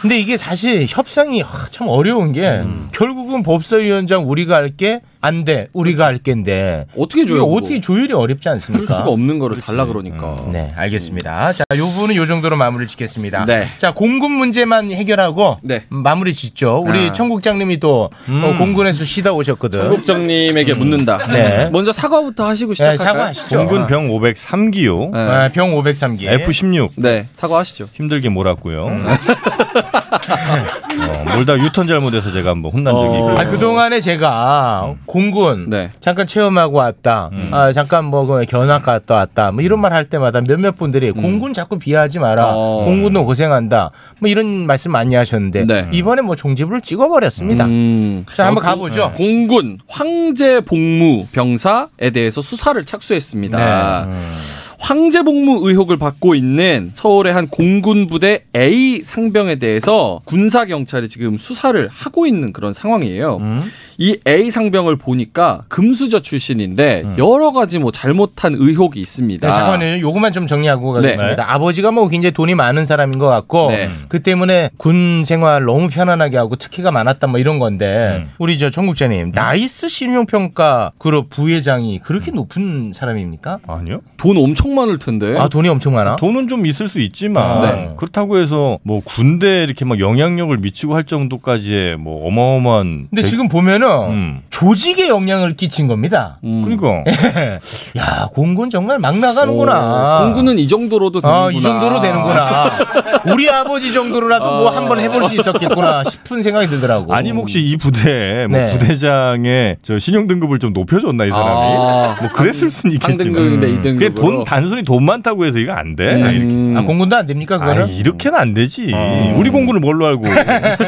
[SPEAKER 4] 근데 이게 사실 협상이 하, 참 어려운 게
[SPEAKER 6] 음.
[SPEAKER 4] 결국은 법사위원장 우리가 할게 안 돼. 우리가 할 게인데.
[SPEAKER 6] 그렇죠. 어떻게
[SPEAKER 4] 이게
[SPEAKER 6] 줘요? 그거?
[SPEAKER 4] 어떻게 조율이 어렵지 않습니까?
[SPEAKER 6] 줄 수가 없는 거를 달라 그러니까.
[SPEAKER 4] 네, 알겠습니다. 자, 요 부분은 요 정도로 마무리를 짓겠습니다.
[SPEAKER 6] 네.
[SPEAKER 4] 자, 공군 문제만 해결하고
[SPEAKER 6] 네.
[SPEAKER 4] 마무리 짓죠. 우리
[SPEAKER 6] 아. 음.
[SPEAKER 4] 청국장님이 또 어, 공군에서 쉬다 오셨거든.
[SPEAKER 6] 국장님에게 묻는다.
[SPEAKER 4] 네.
[SPEAKER 6] 먼저 사과부터 하시고
[SPEAKER 4] 네,
[SPEAKER 6] 시작할까요?
[SPEAKER 4] 사과하시죠.
[SPEAKER 3] 공군 병 503기요.
[SPEAKER 6] 그러니까. 네.
[SPEAKER 4] 아, 병 503기.
[SPEAKER 3] F16
[SPEAKER 6] 네, 사과하시죠.
[SPEAKER 3] 힘들게 몰았고요.
[SPEAKER 6] 음.
[SPEAKER 3] 어, 몰다 유턴 잘못해서 제가 한번 혼난
[SPEAKER 6] 어.
[SPEAKER 3] 적이 있고.
[SPEAKER 4] 아, 그동안에 제가 공군
[SPEAKER 6] 네. 음.
[SPEAKER 4] 잠깐 체험하고 왔다. 아, 잠깐 뭐그 견학 갔다 왔다. 뭐 이런 말 할 때마다 몇몇 분들이 공군 자꾸 비하하지 마라.
[SPEAKER 6] 음. 어.
[SPEAKER 4] 공군도 고생한다. 뭐 이런 말씀 많이 하셨는데
[SPEAKER 6] 네.
[SPEAKER 4] 이번에 뭐 종지부를 찍어버렸습니다.
[SPEAKER 6] 음.
[SPEAKER 4] 자, 한번 가보죠.
[SPEAKER 6] 공군 황제 복무 병사에 대해서 수사를 착수했습니다. 황제 복무 의혹을 받고 있는 서울의 한 공군 부대 A 상병에 대해서 군사 경찰이 지금 수사를 하고 있는 그런 상황이에요. 이 A 상병을 보니까 금수저 출신인데 여러 가지 뭐 잘못한 의혹이 있습니다.
[SPEAKER 4] 네, 잠깐만요. 요것만 좀 정리하고 가겠습니다.
[SPEAKER 3] 네.
[SPEAKER 4] 아버지가 뭐 굉장히 돈이 많은 사람인 것 같고
[SPEAKER 6] 네.
[SPEAKER 4] 그 때문에 군 생활 너무 편안하게 하고 특혜가 많았다 뭐 이런 건데
[SPEAKER 6] 음.
[SPEAKER 4] 우리 저 청국장님
[SPEAKER 6] 음.
[SPEAKER 4] 나이스 신용평가 그룹 부회장이 그렇게 높은 사람입니까?
[SPEAKER 3] 아니요?
[SPEAKER 6] 돈 엄청 엄청 많을 텐데.
[SPEAKER 4] 아 돈이 엄청 많아?
[SPEAKER 3] 돈은 좀 있을 수 있지만
[SPEAKER 4] 아, 네.
[SPEAKER 3] 그렇다고 해서 뭐 군대 이렇게 막 영향력을 미치고 할 정도까지의 뭐 어마어마한
[SPEAKER 4] 근데
[SPEAKER 3] 대-
[SPEAKER 4] 지금 보면은
[SPEAKER 3] 음.
[SPEAKER 4] 조직에 영향을 끼친 겁니다.
[SPEAKER 6] 음.
[SPEAKER 3] 그러니까
[SPEAKER 4] 야 공군 정말 막 나가는구나.
[SPEAKER 6] 오, 공군은 이 정도로도 되는구나.
[SPEAKER 4] 아, 이 정도로 되는구나. 우리 아버지 정도로라도 뭐 한번 해볼 수 있었겠구나 싶은 생각이 들더라고.
[SPEAKER 6] 뭐
[SPEAKER 3] 아니면 뭐 혹시 이 부대에 뭐
[SPEAKER 4] 네.
[SPEAKER 3] 부대장의 저 신용 등급을 좀 높여줬나 이 사람이
[SPEAKER 6] 아.
[SPEAKER 3] 뭐 그랬을 수는 있겠지만
[SPEAKER 6] 상등급인데 음.
[SPEAKER 4] 음.
[SPEAKER 6] 2등급.
[SPEAKER 3] 그게 돈 단순히 돈 많다고 해서 이거 안 돼. 이렇게.
[SPEAKER 4] 아, 공군도 안 됩니까
[SPEAKER 3] 아,
[SPEAKER 4] 그거는?
[SPEAKER 3] 이렇게는 안 되지.
[SPEAKER 4] 어.
[SPEAKER 3] 우리 공군을 뭘로 알고?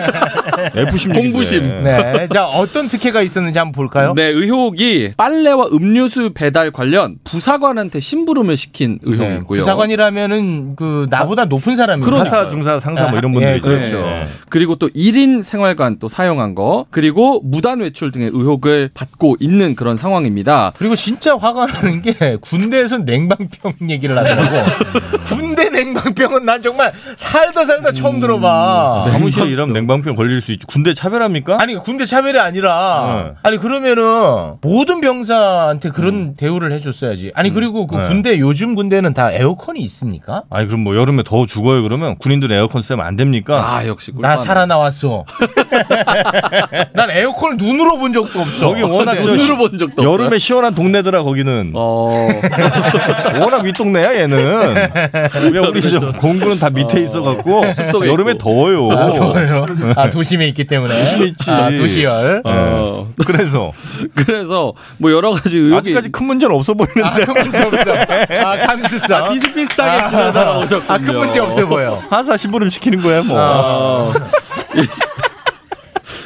[SPEAKER 3] F16. 인데.
[SPEAKER 6] 공부심.
[SPEAKER 4] 네. 자 어떤 특혜가 있었는지 한번 볼까요?
[SPEAKER 6] 네, 의혹이 빨래와 음료수 배달 관련 부사관한테 심부름을 시킨
[SPEAKER 4] 네,
[SPEAKER 6] 의혹이고요.
[SPEAKER 4] 부사관이라면은 그 나보다 높은 사람이니까.
[SPEAKER 3] 하사, 중사, 상사 뭐 이런 분들
[SPEAKER 4] 예,
[SPEAKER 3] 있죠.
[SPEAKER 4] 그렇죠.
[SPEAKER 3] 그러니까. 예.
[SPEAKER 6] 네. 그리고 또 1인 생활관 또 사용한 거, 그리고 무단 외출 등의 의혹을 받고 있는 그런 상황입니다.
[SPEAKER 4] 그리고 진짜 화가 나는 게 군대에서 냉방병 얘기를 하더라고. 군대 냉방병은 난 정말 살다 살다 처음 들어봐.
[SPEAKER 3] 사무실 이러면 냉방병 걸릴 수 있지. 군대 차별합니까?
[SPEAKER 4] 아, 아니 군대 차별이 아니라
[SPEAKER 3] 네.
[SPEAKER 4] 아니 그러면은 모든 병사한테 그런 대우를 해줬어야지. 아니 그리고 그
[SPEAKER 3] 네.
[SPEAKER 4] 군대 요즘 군대는 다 에어컨이 있습니까?
[SPEAKER 3] 아니 그럼 뭐 여름에 더워 죽어요 그러면 군인들 에어컨 쓰면 안 됩니까?
[SPEAKER 6] 아, 역시
[SPEAKER 4] 나
[SPEAKER 6] 꿀빨.
[SPEAKER 4] 살아 나왔어. 난 에어컨을 눈으로 본 적도 없어.
[SPEAKER 3] 거기 워낙 저
[SPEAKER 6] 네, 눈으로 본 적도 없어요.
[SPEAKER 3] 여름에 시원한 동네더라 거기는
[SPEAKER 6] 어.
[SPEAKER 3] 워낙 윗동네야 얘는 왜 우리 저 공군은 다 밑에 있어갖고
[SPEAKER 6] 숲속에
[SPEAKER 3] 여름에
[SPEAKER 6] 있고.
[SPEAKER 3] 더워요. 네.
[SPEAKER 4] 아, 더워요. 아 도심에 있기 때문에.
[SPEAKER 3] 도심에 있지.
[SPEAKER 4] 아, 도시열.
[SPEAKER 3] 예.
[SPEAKER 6] 어.
[SPEAKER 3] 그래서
[SPEAKER 6] 그래서 뭐 여러 가지 의혹이
[SPEAKER 3] 아직까지 그- 큰 문제는 없어 보이는데
[SPEAKER 4] 아, 큰 문제 없어. 아, 감수성.
[SPEAKER 6] 비슷비슷하게 지나다 오셨군요.
[SPEAKER 4] 아, 큰 문제 없어 보여.
[SPEAKER 3] 하사 심부름 시키는 거야 뭐.
[SPEAKER 4] 어.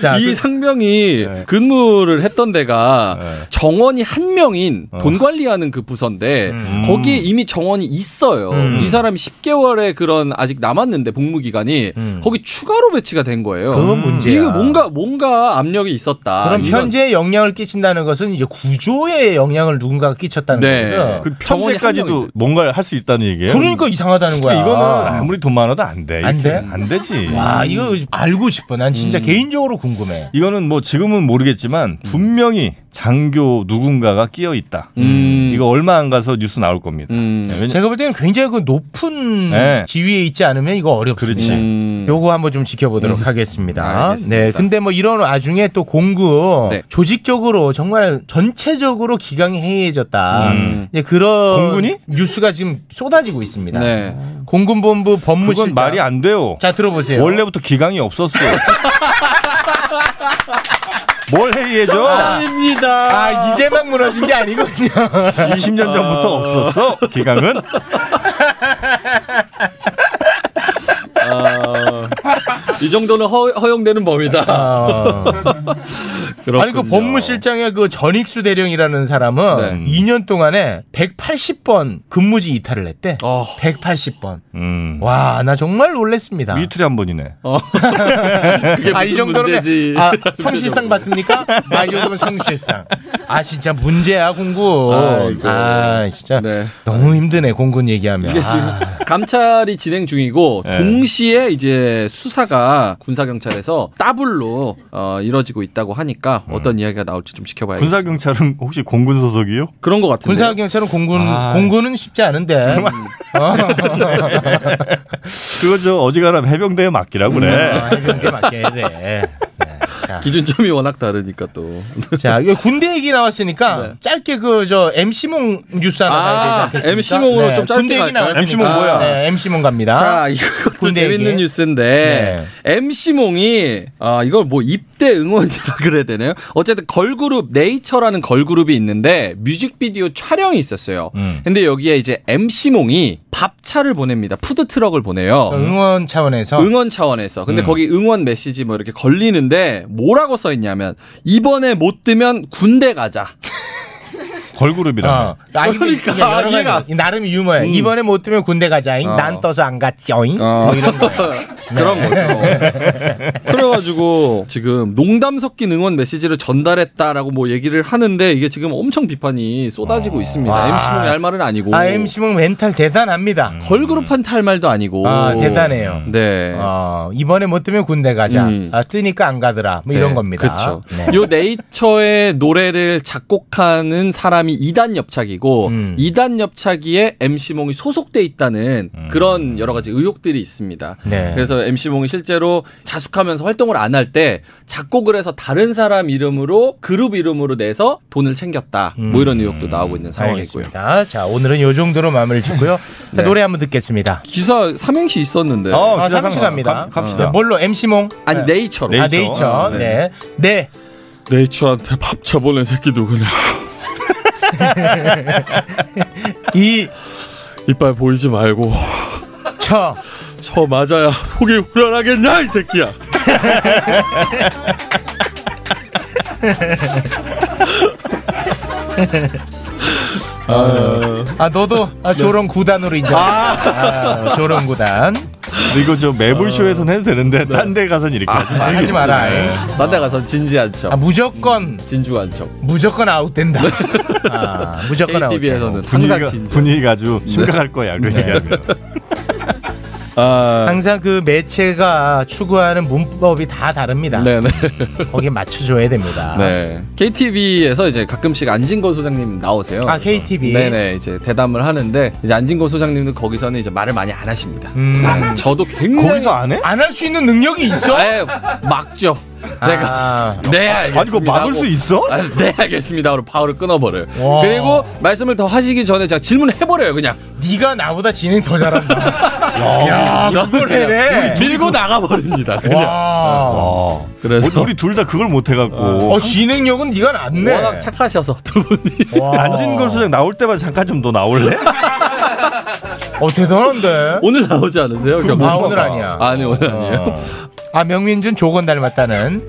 [SPEAKER 4] 자,
[SPEAKER 6] 이
[SPEAKER 4] 그-
[SPEAKER 6] 상병이
[SPEAKER 3] 네.
[SPEAKER 6] 근무를 했던 데가
[SPEAKER 3] 네.
[SPEAKER 6] 정원이 한 명인
[SPEAKER 3] 어.
[SPEAKER 6] 돈 관리하는 그 부서인데
[SPEAKER 4] 음.
[SPEAKER 6] 거기에 이미 정원이 있어요.
[SPEAKER 4] 음.
[SPEAKER 6] 이 사람이 10개월의 그런 아직 남았는데 복무 기간이
[SPEAKER 4] 음.
[SPEAKER 6] 거기 추가로 배치가 된 거예요.
[SPEAKER 4] 그건 문제야.
[SPEAKER 6] 이게 뭔가 뭔가 압력이 있었다.
[SPEAKER 3] 아,
[SPEAKER 4] 그럼
[SPEAKER 6] 이런-
[SPEAKER 4] 현재에 영향을 끼친다는 것은 이제 구조에 영향을 누군가가 끼쳤다는
[SPEAKER 6] 네.
[SPEAKER 4] 거죠.
[SPEAKER 3] 그
[SPEAKER 6] 정원이 한
[SPEAKER 3] 편제까지도
[SPEAKER 6] 명인데.
[SPEAKER 3] 뭔가를 할 수 있다는 얘기예요.
[SPEAKER 4] 그러니까 이상하다는 거야.
[SPEAKER 3] 이거는 아무리 돈 많아도 안 돼.
[SPEAKER 4] 안
[SPEAKER 3] 이렇게
[SPEAKER 4] 돼?
[SPEAKER 3] 안 되지.
[SPEAKER 6] 아.
[SPEAKER 4] 와, 이거 알고 싶어. 난 진짜
[SPEAKER 3] 음.
[SPEAKER 4] 개인적으로 궁금해.
[SPEAKER 3] 이거는 뭐 지금은 모르겠지만 분명히 장교 누군가가 끼어 있다.
[SPEAKER 6] 음.
[SPEAKER 3] 이거 얼마 안 가서 뉴스 나올 겁니다.
[SPEAKER 6] 음.
[SPEAKER 3] 네, 왜냐-
[SPEAKER 4] 제가 볼 때는 굉장히 그 높은
[SPEAKER 3] 네.
[SPEAKER 4] 지위에 있지 않으면 이거 어렵습니다.
[SPEAKER 3] 그렇지.
[SPEAKER 6] 음.
[SPEAKER 4] 요거 한번 좀 지켜보도록 하겠습니다.
[SPEAKER 6] 알겠습니다.
[SPEAKER 4] 네. 근데 뭐 이런 와중에 또 공구
[SPEAKER 6] 네.
[SPEAKER 4] 조직적으로 정말 전체적으로 기강이 해이해졌다.
[SPEAKER 3] 음.
[SPEAKER 4] 이제 그런
[SPEAKER 3] 공군이?
[SPEAKER 4] 뉴스가 지금 쏟아지고 있습니다.
[SPEAKER 6] 네.
[SPEAKER 4] 공군본부 법무실장.
[SPEAKER 3] 그건 말이 안 돼요.
[SPEAKER 4] 자 들어보세요.
[SPEAKER 3] 원래부터 기강이 없었어. 뭘 회의해줘?
[SPEAKER 6] 아닙니다.
[SPEAKER 4] 아 이제 막 무너진 게 아니군요.
[SPEAKER 3] 20년 전부터 없었어. 기강은
[SPEAKER 6] 어. 이 정도는 허, 허용되는 범위다.
[SPEAKER 4] 아. 아니 그
[SPEAKER 6] 그렇군요.
[SPEAKER 4] 법무실장의 그 전익수 대령이라는 사람은
[SPEAKER 6] 음.
[SPEAKER 3] 네.
[SPEAKER 4] 2년 동안에 180번 근무지 이탈을 했대.
[SPEAKER 6] 어.
[SPEAKER 4] 180번.
[SPEAKER 3] 음.
[SPEAKER 4] 와 나 정말 놀랬습니다.
[SPEAKER 3] 이틀에 한 번이네.
[SPEAKER 6] 어, 그게
[SPEAKER 4] 아, 이
[SPEAKER 6] 무슨
[SPEAKER 4] 정도면
[SPEAKER 6] 문제지.
[SPEAKER 4] 아, 성실상 받습니까? 아, 이 정도면 성실상. 아, 진짜 문제야, 공군.
[SPEAKER 6] 아이고.
[SPEAKER 4] 아, 진짜
[SPEAKER 6] 네.
[SPEAKER 4] 너무 힘드네, 공군 얘기하면.
[SPEAKER 6] 이게 지금
[SPEAKER 4] 아,
[SPEAKER 6] 감찰이 진행 중이고
[SPEAKER 3] 예.
[SPEAKER 6] 동시에 이제 수사가 군사 경찰에서 따블로 어, 이루어지고 있다고 하니까
[SPEAKER 4] 음.
[SPEAKER 6] 어떤 이야기가 나올지 좀 지켜봐야겠어요.
[SPEAKER 3] 군사 경찰은 혹시 공군 소속이요?
[SPEAKER 6] 그런 것 같은데.
[SPEAKER 4] 군사 경찰은 공군
[SPEAKER 3] 아.
[SPEAKER 6] 예.
[SPEAKER 4] 공군은 쉽지 않은데.
[SPEAKER 6] 음.
[SPEAKER 4] 어,
[SPEAKER 3] 그거 저 어지간하면 해병대에 맡기라고
[SPEAKER 6] 음.
[SPEAKER 3] 그래.
[SPEAKER 4] 아, 이런 게 맞게 해야 돼. 네. 자.
[SPEAKER 6] 기준점이 워낙 다르니까 또.
[SPEAKER 4] 자, 이거 군대 얘기 나왔으니까 짧게 그 저 MC몽 뉴스 하나
[SPEAKER 6] 네. 아,
[SPEAKER 4] 가야 되지 않겠습니까? 네,
[SPEAKER 6] MC 몽으로 좀 짧게
[SPEAKER 4] 군대 얘기
[SPEAKER 6] 갈까요?
[SPEAKER 4] 나왔으니까.
[SPEAKER 3] MC 몽 뭐야?
[SPEAKER 4] 네, MC몽 갑니다.
[SPEAKER 6] 자, 이것도
[SPEAKER 4] 군대 얘기.
[SPEAKER 6] 재밌는 뉴스인데
[SPEAKER 4] 네.
[SPEAKER 6] MC몽이 아, 이걸 뭐 입대 응원이라 그래야 되나요? 어쨌든 걸그룹 네이처라는 걸그룹이 있는데 뮤직비디오 촬영이 있었어요.
[SPEAKER 3] 음.
[SPEAKER 6] 근데 여기에 이제 MC몽이 밥차를 보냅니다. 푸드 트럭을 보내요.
[SPEAKER 4] 응원 차원에서
[SPEAKER 6] 응원 차원에서. 근데
[SPEAKER 3] 음.
[SPEAKER 6] 거기 응원 메시지 뭐 이렇게 걸리는데 뭐라고 써 있냐면 이번에 못 뜨면 군대 가자.
[SPEAKER 3] 걸그룹이라.
[SPEAKER 4] 어. 아, 그러니까 여러 가지,
[SPEAKER 6] 얘가-
[SPEAKER 4] 나름 유머야. 이번에 못 뜨면 군대 가자잉.
[SPEAKER 6] 어.
[SPEAKER 4] 난 떠서 안 갔죠잉. 뭐 이런 거.
[SPEAKER 6] 그런
[SPEAKER 4] 네.
[SPEAKER 6] 거죠. 그래가지고 지금 농담 섞인 응원 메시지를 전달했다라고 뭐 얘기를 하는데 이게 지금 엄청 비판이 쏟아지고 있습니다.
[SPEAKER 4] 어. 와.
[SPEAKER 6] MC몽이 할 말은 아니고.
[SPEAKER 4] 아, MC몽 멘탈 대단합니다.
[SPEAKER 6] 걸그룹한테 할 말도 아니고.
[SPEAKER 4] 아, 대단해요.
[SPEAKER 6] 음. 네.
[SPEAKER 4] 어, 이번에 못 뜨면 군대 가자.
[SPEAKER 6] 음.
[SPEAKER 4] 아, 뜨니까 안 가더라. 뭐
[SPEAKER 6] 네,
[SPEAKER 4] 이런 겁니다.
[SPEAKER 6] 그렇죠.
[SPEAKER 4] 네.
[SPEAKER 6] 요 네이처의 노래를 작곡하는 사람이 사람이 2단 엽착이고
[SPEAKER 4] 음.
[SPEAKER 6] 2단 엽착기에 MC몽이 소속돼 있다는 그런 여러 가지 의혹들이 있습니다.
[SPEAKER 4] 음. 네.
[SPEAKER 6] 그래서 MC몽이 실제로 자숙하면서 활동을 안 할 때 작곡을 해서 다른 사람 이름으로 그룹 이름으로 내서 돈을 챙겼다. 뭐 이런 의혹도 나오고 있는 상황이고요.
[SPEAKER 4] 음. 알겠습니다. 자, 오늘은 요 정도로 마무리 짓고요. 자, 노래 한번 듣겠습니다.
[SPEAKER 6] 기사 삼행시 있었는데
[SPEAKER 3] 어,
[SPEAKER 4] 아,
[SPEAKER 3] 기사
[SPEAKER 4] 삼시
[SPEAKER 3] 상관.
[SPEAKER 4] 갑니다.
[SPEAKER 3] 가- 갑시다.
[SPEAKER 4] 네, 뭘로 MC몽?
[SPEAKER 6] 아니 네이처로
[SPEAKER 3] 네이처.
[SPEAKER 4] 아, 네이처. 네. 네.
[SPEAKER 9] 네이처한테 밥 처보낸 새끼 누구냐?
[SPEAKER 4] 이
[SPEAKER 9] 이빨 보이지 말고
[SPEAKER 4] 처.
[SPEAKER 9] 저 맞아야 속이 후련하겠냐 이 새끼야.
[SPEAKER 4] 아, 너도 아, 조롱 구단으로 인정. 아, 조롱 구단.
[SPEAKER 3] 이거 저 매불쇼에선 해도 되는데 딴 데 가선 이렇게 하지 마.
[SPEAKER 4] 하지 마라.
[SPEAKER 6] 딴데 가서 진지한 척,
[SPEAKER 4] 아, 무조건
[SPEAKER 6] 진중한 척.
[SPEAKER 4] 무조건 아웃된다. 아, 무조건
[SPEAKER 6] 네. KTV에서는
[SPEAKER 4] 아웃.
[SPEAKER 6] 항상
[SPEAKER 3] 분위기가,
[SPEAKER 6] 진지.
[SPEAKER 3] 분위기가 아주 심각할 거야. 그 얘기하면.
[SPEAKER 6] 아,
[SPEAKER 4] 항상 그 매체가 추구하는 문법이 다 다릅니다.
[SPEAKER 6] 네네.
[SPEAKER 4] 거기에 맞춰줘야 됩니다.
[SPEAKER 6] 네. KTV에서 이제 가끔씩 안진건 소장님 나오세요.
[SPEAKER 4] 아, KTV.
[SPEAKER 6] 네네 이제 대담을 하는데 이제 안진건 소장님도 거기서는 이제 말을 많이 안 하십니다.
[SPEAKER 4] 음.
[SPEAKER 6] 네, 저도 굉장히
[SPEAKER 3] 거기서 안 해?
[SPEAKER 4] 안 할 수 있는 능력이 있어?
[SPEAKER 6] 아예 막죠. 제가
[SPEAKER 4] 아,
[SPEAKER 6] 네 알겠습니다.
[SPEAKER 3] 아니 그거 막을 수
[SPEAKER 6] 하고
[SPEAKER 3] 있어?
[SPEAKER 6] 아, 네 알겠습니다. 하고 파워를 끊어버려요.
[SPEAKER 4] 와.
[SPEAKER 6] 그리고 말씀을 더 하시기 전에 제가 질문을 해버려요 그냥.
[SPEAKER 4] 네가 나보다 진행 더 잘한다. 야,
[SPEAKER 6] 저는
[SPEAKER 4] 그걸
[SPEAKER 6] 그냥
[SPEAKER 4] 해네.
[SPEAKER 6] 밀고 나가버립니다. 그냥.
[SPEAKER 4] 와.
[SPEAKER 3] 어.
[SPEAKER 6] 그래서
[SPEAKER 10] 뭐
[SPEAKER 3] 우리 둘 다 그걸 못 해갖고
[SPEAKER 4] 어, 진행력은 네가 낫네.
[SPEAKER 6] 워낙 착하셔서 두 분이.
[SPEAKER 4] 와.
[SPEAKER 3] 안진걸 소장 나올 때만 잠깐 좀 더 나올래?
[SPEAKER 4] 어, 대단한데.
[SPEAKER 6] 오늘 나오지 않으세요? 경기?
[SPEAKER 4] 아, 오늘 아니야.
[SPEAKER 6] 아니 오늘 아니에요.
[SPEAKER 4] 어. 아, 명민준 조건 닮았다는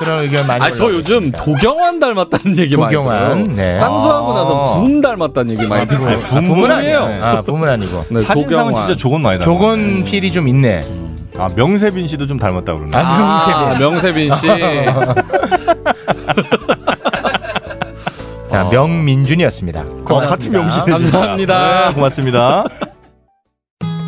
[SPEAKER 4] 그런 의견 많이
[SPEAKER 6] 아 저
[SPEAKER 4] 올라오고
[SPEAKER 6] 요즘
[SPEAKER 4] 있습니다.
[SPEAKER 6] 도경환 닮았다는 얘기 많이
[SPEAKER 4] 도경환,
[SPEAKER 6] 들어요.
[SPEAKER 4] 네.
[SPEAKER 6] 쌍수하고
[SPEAKER 3] 아.
[SPEAKER 6] 나서 붐 닮았다는 얘기 많이 들어요.
[SPEAKER 3] 아, 붐,
[SPEAKER 4] 붐은
[SPEAKER 3] 붐.
[SPEAKER 4] 아니에요.
[SPEAKER 3] 네.
[SPEAKER 4] 아, 붐은 아니고.
[SPEAKER 6] 네,
[SPEAKER 3] 사진상은
[SPEAKER 6] 도경환.
[SPEAKER 3] 진짜 조건 많이 닮아.
[SPEAKER 4] 조건 필이 좀 있네.
[SPEAKER 3] 아 명세빈 씨도 좀 닮았다 그러네.
[SPEAKER 4] 아, 명세빈.
[SPEAKER 6] 아, 명세빈 씨.
[SPEAKER 4] 자, 명민준이었습니다.
[SPEAKER 3] 어, 같은 명세빈.
[SPEAKER 6] 감사합니다.
[SPEAKER 3] 네, 고맙습니다.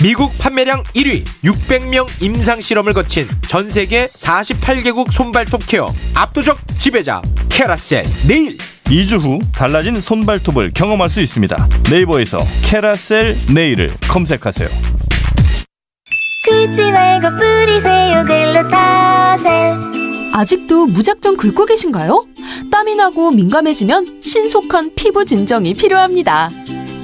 [SPEAKER 2] 미국 판매량 1위 600명 임상 실험을 거친 전 세계 48개국 손발톱 케어 압도적 지배자 캐라셀 네일
[SPEAKER 3] 2주 후 달라진 손발톱을 경험할 수 있습니다 네이버에서 캐라셀 네일을 검색하세요
[SPEAKER 11] 긁지 말고 뿌리세요 글루타셀
[SPEAKER 1] 아직도 무작정 긁고 계신가요? 땀이 나고 민감해지면 신속한 피부 진정이 필요합니다.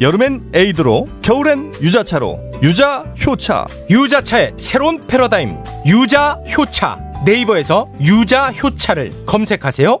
[SPEAKER 3] 여름엔 에이드로, 겨울엔 유자차로. 유자 효차.
[SPEAKER 2] 유자차의 새로운 패러다임 유자 효차 네이버에서 유자 효차를 검색하세요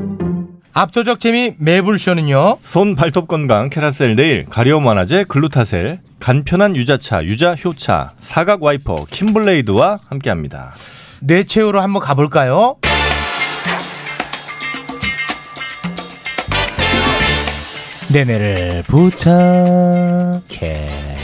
[SPEAKER 4] 압도적 재미 매불쇼는요.
[SPEAKER 3] 손 발톱 건강 캐라셀 네일 가려움 완화제 글루타셀 간편한 유자차 유자 효차 사각 와이퍼 킴블레이드와 함께합니다.
[SPEAKER 4] 뇌채우로 한번 가볼까요? 내내를 부탁해.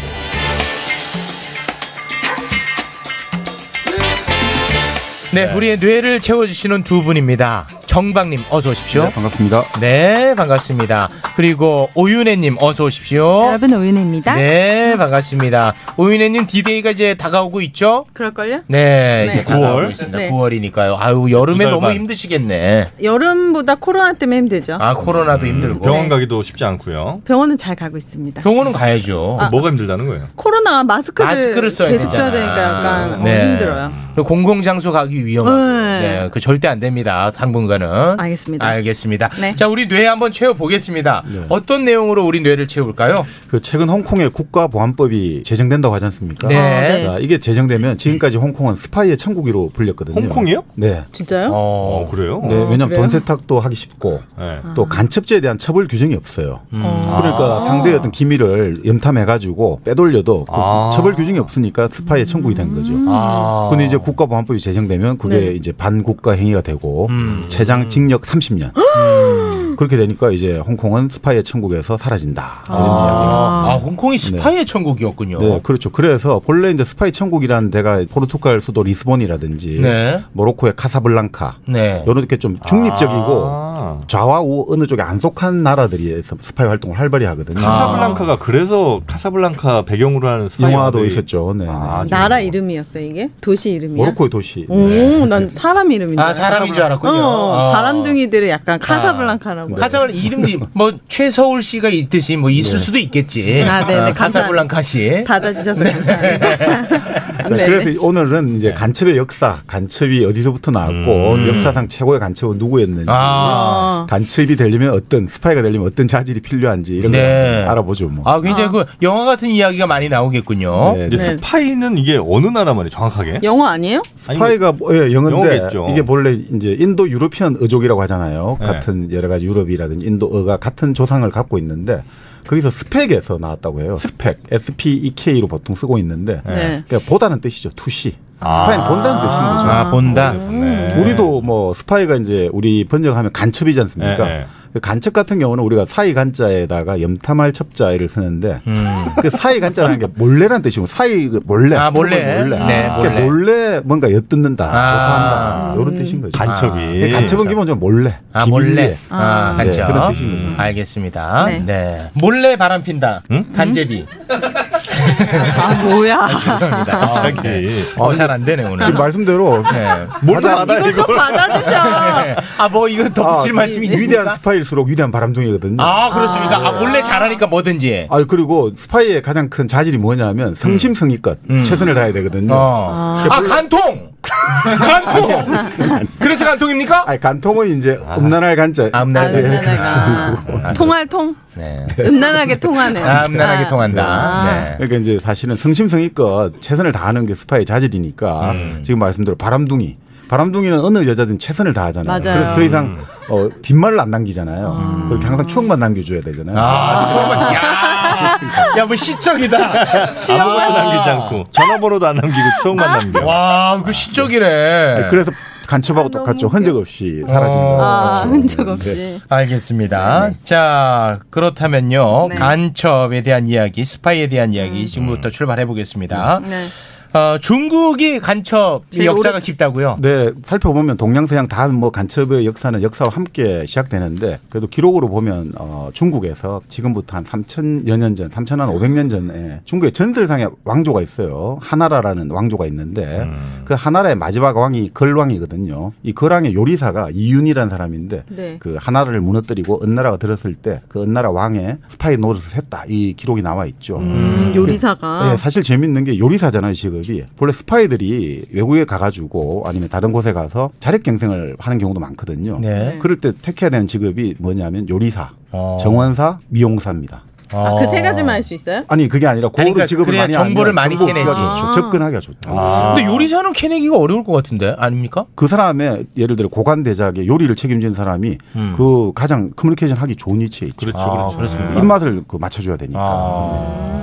[SPEAKER 4] 네, 우리의 뇌를 채워주시는 두 분입니다. 정박님 어서 오십시오. 네,
[SPEAKER 10] 반갑습니다.
[SPEAKER 4] 네, 반갑습니다. 그리고 오윤혜님 어서 오십시오.
[SPEAKER 12] 여러분 오윤혜입니다.
[SPEAKER 4] 네, 반갑습니다. 오윤혜님 디데이가 이제 다가오고 있죠?
[SPEAKER 12] 그럴걸요?
[SPEAKER 4] 네, 이제
[SPEAKER 12] 네.
[SPEAKER 4] 다가오고
[SPEAKER 12] 9월?
[SPEAKER 4] 있습니다.
[SPEAKER 12] 네.
[SPEAKER 4] 9월이니까요. 아유 여름에
[SPEAKER 3] 두달
[SPEAKER 4] 너무
[SPEAKER 3] 반.
[SPEAKER 4] 힘드시겠네.
[SPEAKER 12] 여름보다 코로나 때문에 힘들죠.
[SPEAKER 4] 아 코로나도 힘들고
[SPEAKER 10] 네.
[SPEAKER 4] 네.
[SPEAKER 3] 병원 가기도 쉽지 않고요.
[SPEAKER 12] 병원은 잘 가고 있습니다.
[SPEAKER 4] 병원은 가야죠.
[SPEAKER 12] 아.
[SPEAKER 3] 뭐가 힘들다는 거예요?
[SPEAKER 12] 코로나 마스크를,
[SPEAKER 4] 그 마스크를 써야
[SPEAKER 12] 계속
[SPEAKER 4] 되잖아.
[SPEAKER 12] 써야 되니까 약간
[SPEAKER 4] 네.
[SPEAKER 12] 어, 힘들어요.
[SPEAKER 4] 그리고 공공장소 가기 위험하고
[SPEAKER 12] 네.
[SPEAKER 4] 네, 그 절대 안 됩니다. 당분간은
[SPEAKER 12] 알겠습니다. 네.
[SPEAKER 4] 알겠습니다. 자 우리 뇌 한번 채워 보겠습니다. 어떤 내용으로 우리 뇌를 채울까요?
[SPEAKER 10] 그 최근 홍콩의 국가보안법이 제정된다고 하지 않습니까?
[SPEAKER 4] 네. 아, 네.
[SPEAKER 10] 자, 이게 제정되면 지금까지 홍콩은 스파이의 천국으로 불렸거든요.
[SPEAKER 3] 홍콩이요?
[SPEAKER 10] 네.
[SPEAKER 12] 진짜요?
[SPEAKER 4] 어,
[SPEAKER 3] 그래요?
[SPEAKER 10] 네,
[SPEAKER 3] 어, 네.
[SPEAKER 10] 왜냐면
[SPEAKER 3] 그래요?
[SPEAKER 10] 돈 세탁도 하기 쉽고 또 간첩죄에 대한 처벌 규정이 없어요.
[SPEAKER 6] 음.
[SPEAKER 10] 그러니까
[SPEAKER 3] 아.
[SPEAKER 10] 상대의 어떤 기밀을 염탐해가지고 빼돌려도 그
[SPEAKER 3] 아.
[SPEAKER 10] 처벌 규정이 없으니까 스파이의 천국이 된 거죠.
[SPEAKER 3] 아.
[SPEAKER 10] 근데 이제 국가보안법이 제정되면 그게
[SPEAKER 3] 네.
[SPEAKER 10] 이제 반국가 행위가 되고 최장 징역 30년. 그렇게 되니까 이제 홍콩은 스파이의 천국에서 사라진다.
[SPEAKER 4] 아, 아, 홍콩이 스파이의 천국이었군요.
[SPEAKER 10] 네, 그렇죠. 그래서 본래 이제 스파이 천국이라는 데가 포르투갈 수도 리스본이라든지
[SPEAKER 4] 네.
[SPEAKER 10] 모로코의 카사블랑카
[SPEAKER 4] 네.
[SPEAKER 10] 이런 이렇게 좀 중립적이고
[SPEAKER 3] 아.
[SPEAKER 10] 좌와 우 어느 쪽에 안 속한 나라들이 스파이 활동을 활발히 하거든요.
[SPEAKER 3] 카사블랑카가 그래서 카사블랑카 배경으로 하는 스파이 아,
[SPEAKER 10] 영화도
[SPEAKER 3] 영화들이-
[SPEAKER 10] 있었죠. 네.
[SPEAKER 12] 아,
[SPEAKER 3] 뭐
[SPEAKER 12] 나라 이름이었어요 이게? 도시 이름이야?
[SPEAKER 10] 모로코의 도시.
[SPEAKER 3] 네.
[SPEAKER 12] 오, 난 사람 이름인
[SPEAKER 4] 아, 사람인 줄 알았군요.
[SPEAKER 12] 어,
[SPEAKER 4] 어.
[SPEAKER 12] 바람둥이들을
[SPEAKER 10] 아.
[SPEAKER 12] 약간
[SPEAKER 10] 네.
[SPEAKER 12] 카사블랑카라고.
[SPEAKER 4] 카사블 이름이 뭐 최서울 씨가 있듯이 뭐 있을
[SPEAKER 12] 네.
[SPEAKER 4] 수도 있겠지.
[SPEAKER 12] 아, 네, 네,
[SPEAKER 4] 카사블랑카 씨.
[SPEAKER 12] 받아주셔서 감사합니다.
[SPEAKER 10] 네. 자,
[SPEAKER 12] 네.
[SPEAKER 10] 그래서 오늘은 이제 간첩의 역사, 간첩이 어디서부터 나왔고
[SPEAKER 3] 음.
[SPEAKER 10] 역사상 최고의 간첩은 누구였는지,
[SPEAKER 4] 아.
[SPEAKER 12] 어.
[SPEAKER 10] 간첩이 되려면 어떤 스파이가 되려면 어떤 자질이 필요한지 이런
[SPEAKER 4] 네.
[SPEAKER 10] 걸 알아보죠. 뭐.
[SPEAKER 4] 아, 굉장히 그 영화 같은 이야기가 많이 나오겠군요.
[SPEAKER 10] 네. 근데 네.
[SPEAKER 3] 스파이는 이게 어느 나라 말이에요, 정확하게?
[SPEAKER 12] 영어 아니에요?
[SPEAKER 10] 스파이가 뭐- 예, 영어인데
[SPEAKER 3] 영어겠죠.
[SPEAKER 10] 이게 본래 이제 인도 유로피언 어족이라고 하잖아요.
[SPEAKER 3] 예.
[SPEAKER 10] 같은 여러 가지 유럽이라든지 인도어가 같은 조상을 갖고 있는데 거기서 스펙에서 나왔다고 해요. 스펙, S-P-E-K로 보통 쓰고 있는데
[SPEAKER 3] 네.
[SPEAKER 10] 그러니까 보다는 뜻이죠. 투시.
[SPEAKER 3] 아.
[SPEAKER 10] 스파이는 본다는 네. 뜻인 거죠.
[SPEAKER 4] 아, 본다.
[SPEAKER 10] 우리도 뭐 스파이가 이제 우리 번역하면 간첩이지 않습니까?
[SPEAKER 4] 네,
[SPEAKER 3] 예, 예.
[SPEAKER 10] 그 간첩 같은 경우는 우리가 사이 간자에다가 염탐할 첩자를 쓰는데 그 사이 간자라는 게 몰래란 뜻이고 사이 그 몰래
[SPEAKER 4] 음. 아, 몰래.
[SPEAKER 10] 몰래
[SPEAKER 4] 네,
[SPEAKER 10] 그러니까
[SPEAKER 4] 몰래. 아.
[SPEAKER 10] 몰래. 뭔가 엿듣는다 조사한다 이런 뜻인 거죠
[SPEAKER 4] 간첩이.
[SPEAKER 10] 네, 간첩은 기본적으로 몰래
[SPEAKER 4] 아,
[SPEAKER 10] 비밀리에.
[SPEAKER 4] 몰래. 아,
[SPEAKER 10] 네,
[SPEAKER 4] 간첩.
[SPEAKER 10] 그런 뜻인 거죠
[SPEAKER 4] 음, 알겠습니다. 네. 몰래 바람 핀다. 간제비.
[SPEAKER 12] 아, 뭐야.
[SPEAKER 4] 죄송합니다.
[SPEAKER 3] 갑자기.
[SPEAKER 4] 어, 잘 안 되네, 오늘.
[SPEAKER 10] 네. 아, 지금 말씀대로
[SPEAKER 4] 뭘
[SPEAKER 10] 가장-
[SPEAKER 4] 받아, 이걸 또 이걸? 받아주셔. 네. 아, 뭐, 이거 덧붙일
[SPEAKER 10] 아,
[SPEAKER 4] 말씀이
[SPEAKER 10] 위-
[SPEAKER 4] 있습니까?
[SPEAKER 10] 위대한 스파일수록 위대한 바람둥이거든요.
[SPEAKER 4] 아, 그렇습니까? 아, 몰래 잘하니까 뭐든지.
[SPEAKER 10] 아 그리고 스파이의 가장 큰 자질이 뭐냐면 성심성의껏 최선을 다해야 되거든요.
[SPEAKER 4] 음. 어. 아, 간통! 간통! 그래서 간통입니까?
[SPEAKER 10] 아니 간통은 이제 음란할 간자.
[SPEAKER 3] 아,
[SPEAKER 10] 예.
[SPEAKER 4] 음란할
[SPEAKER 12] 통할 통?
[SPEAKER 4] 네.
[SPEAKER 12] 음란하게 통하네. 아. 아.
[SPEAKER 3] 네.
[SPEAKER 10] 그러니까 이제 사실은 성심성의껏 최선을 다하는 게 스파의 자질이니까
[SPEAKER 3] 음.
[SPEAKER 10] 지금 말씀대로 바람둥이. 바람둥이는 어느 여자든 최선을 다하잖아요.
[SPEAKER 12] 맞아요.
[SPEAKER 10] 그래서 더
[SPEAKER 3] 음.
[SPEAKER 10] 이상 어, 뒷말을 안 남기잖아요. 그렇게 항상 추억만 남겨줘야 되잖아요.
[SPEAKER 4] 야, 뭐 시적이다.
[SPEAKER 3] 아무것도 남기지 않고 전화번호도 안 남기고 추억만 남겨.
[SPEAKER 4] 와, 그 시적이네.
[SPEAKER 10] 그래서 간첩하고 똑같죠. 흔적 없이 사라지는 거. 네.
[SPEAKER 12] 아, 흔적 없이.
[SPEAKER 4] 어, 알겠습니다. 자, 그렇다면요.
[SPEAKER 12] 네. 음.
[SPEAKER 4] 간첩에 대한 이야기, 스파이에 대한 이야기 지금부터 출발해 보겠습니다.
[SPEAKER 12] 네.
[SPEAKER 4] 어, 중국이 간첩
[SPEAKER 10] 제일
[SPEAKER 4] 역사가
[SPEAKER 10] 오래-
[SPEAKER 4] 깊다고요?
[SPEAKER 10] 네, 살펴보면 동양서양 다 뭐 간첩의 역사는 역사와 함께 시작되는데 그래도 기록으로 보면 어, 중국에서 지금부터 한 3천여 년 전, 3,500년 전에 중국의 전설상의 왕조가 있어요. 하나라라는 왕조가 있는데 그 하나라의 마지막 왕이 걸왕이거든요. 이 걸왕의 요리사가 이윤이라는 사람인데
[SPEAKER 3] 네.
[SPEAKER 10] 그 하나라를 무너뜨리고 은나라가 들었을 때 그 은나라 왕의 스파이 노릇을 했다 이 기록이 나와 있죠.
[SPEAKER 12] 음,
[SPEAKER 4] 아.
[SPEAKER 12] 요리사가.
[SPEAKER 10] 네, 사실 재밌는 게 요리사잖아요, 직업이. 본래 스파이들이 외국에 가가지고 아니면 다른 곳에 가서 자력갱생을 하는 경우도 많거든요.
[SPEAKER 4] 네. 어.
[SPEAKER 10] 그럴 때 택해야 되는 직업이 뭐냐면 요리사, 정원사, 미용사입니다.
[SPEAKER 12] 아, 그 세 가지만 할 수 있어요?
[SPEAKER 10] 아니 그게 아니라 고로
[SPEAKER 4] 아니, 그러니까
[SPEAKER 10] 직업을
[SPEAKER 4] 그래야
[SPEAKER 10] 많이
[SPEAKER 4] 정보를
[SPEAKER 10] 알면
[SPEAKER 4] 많이
[SPEAKER 10] 정보
[SPEAKER 4] 캐내지.
[SPEAKER 10] 기가 좋죠.
[SPEAKER 4] 아.
[SPEAKER 10] 접근하기가 좋다.
[SPEAKER 4] 근데 요리사는 캐내기가 어려울 것 같은데 아닙니까?
[SPEAKER 10] 그 사람의 예를 들어 고관 대작의 요리를 책임진 사람이
[SPEAKER 4] 음.
[SPEAKER 10] 그 가장 커뮤니케이션 하기 좋은 위치에 있죠.
[SPEAKER 4] 그렇죠, 그렇죠. 아, 그렇습니다.
[SPEAKER 10] 입맛을 그 맞춰줘야 되니까. 네.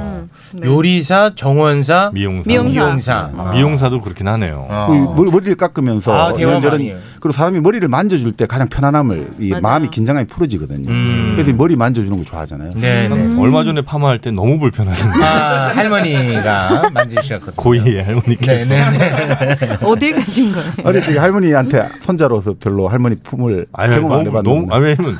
[SPEAKER 4] 요리사, 정원사,
[SPEAKER 3] 네. 미용사,
[SPEAKER 10] 미용사.
[SPEAKER 4] 아.
[SPEAKER 3] 미용사도 그렇긴 하네요.
[SPEAKER 10] 그 머리- 머리를 깎으면서
[SPEAKER 3] 아, 대화
[SPEAKER 10] 이런저런
[SPEAKER 3] 많이 해요.
[SPEAKER 10] 그리고 사람이 머리를 만져줄 때 가장 편안함을 이
[SPEAKER 3] 맞아요.
[SPEAKER 10] 마음이 긴장감이 풀어지거든요.
[SPEAKER 3] 음.
[SPEAKER 10] 그래서 이 머리 만져주는 걸 좋아하잖아요.
[SPEAKER 4] 네, 네. 음.
[SPEAKER 3] 얼마 전에 파마할 때 너무 불편했는데
[SPEAKER 4] 아, 할머니가 만지셨거든요.
[SPEAKER 3] 고이의 할머니께서
[SPEAKER 4] 네, 네, 네.
[SPEAKER 12] 어딜 가신 거예요?
[SPEAKER 10] 네. 아니 저기 할머니한테 손자로서 별로 할머니 품을
[SPEAKER 3] 아니, 예,
[SPEAKER 10] 경험 안
[SPEAKER 3] 너무 너무
[SPEAKER 10] 해봤는데.
[SPEAKER 3] 아 왜냐면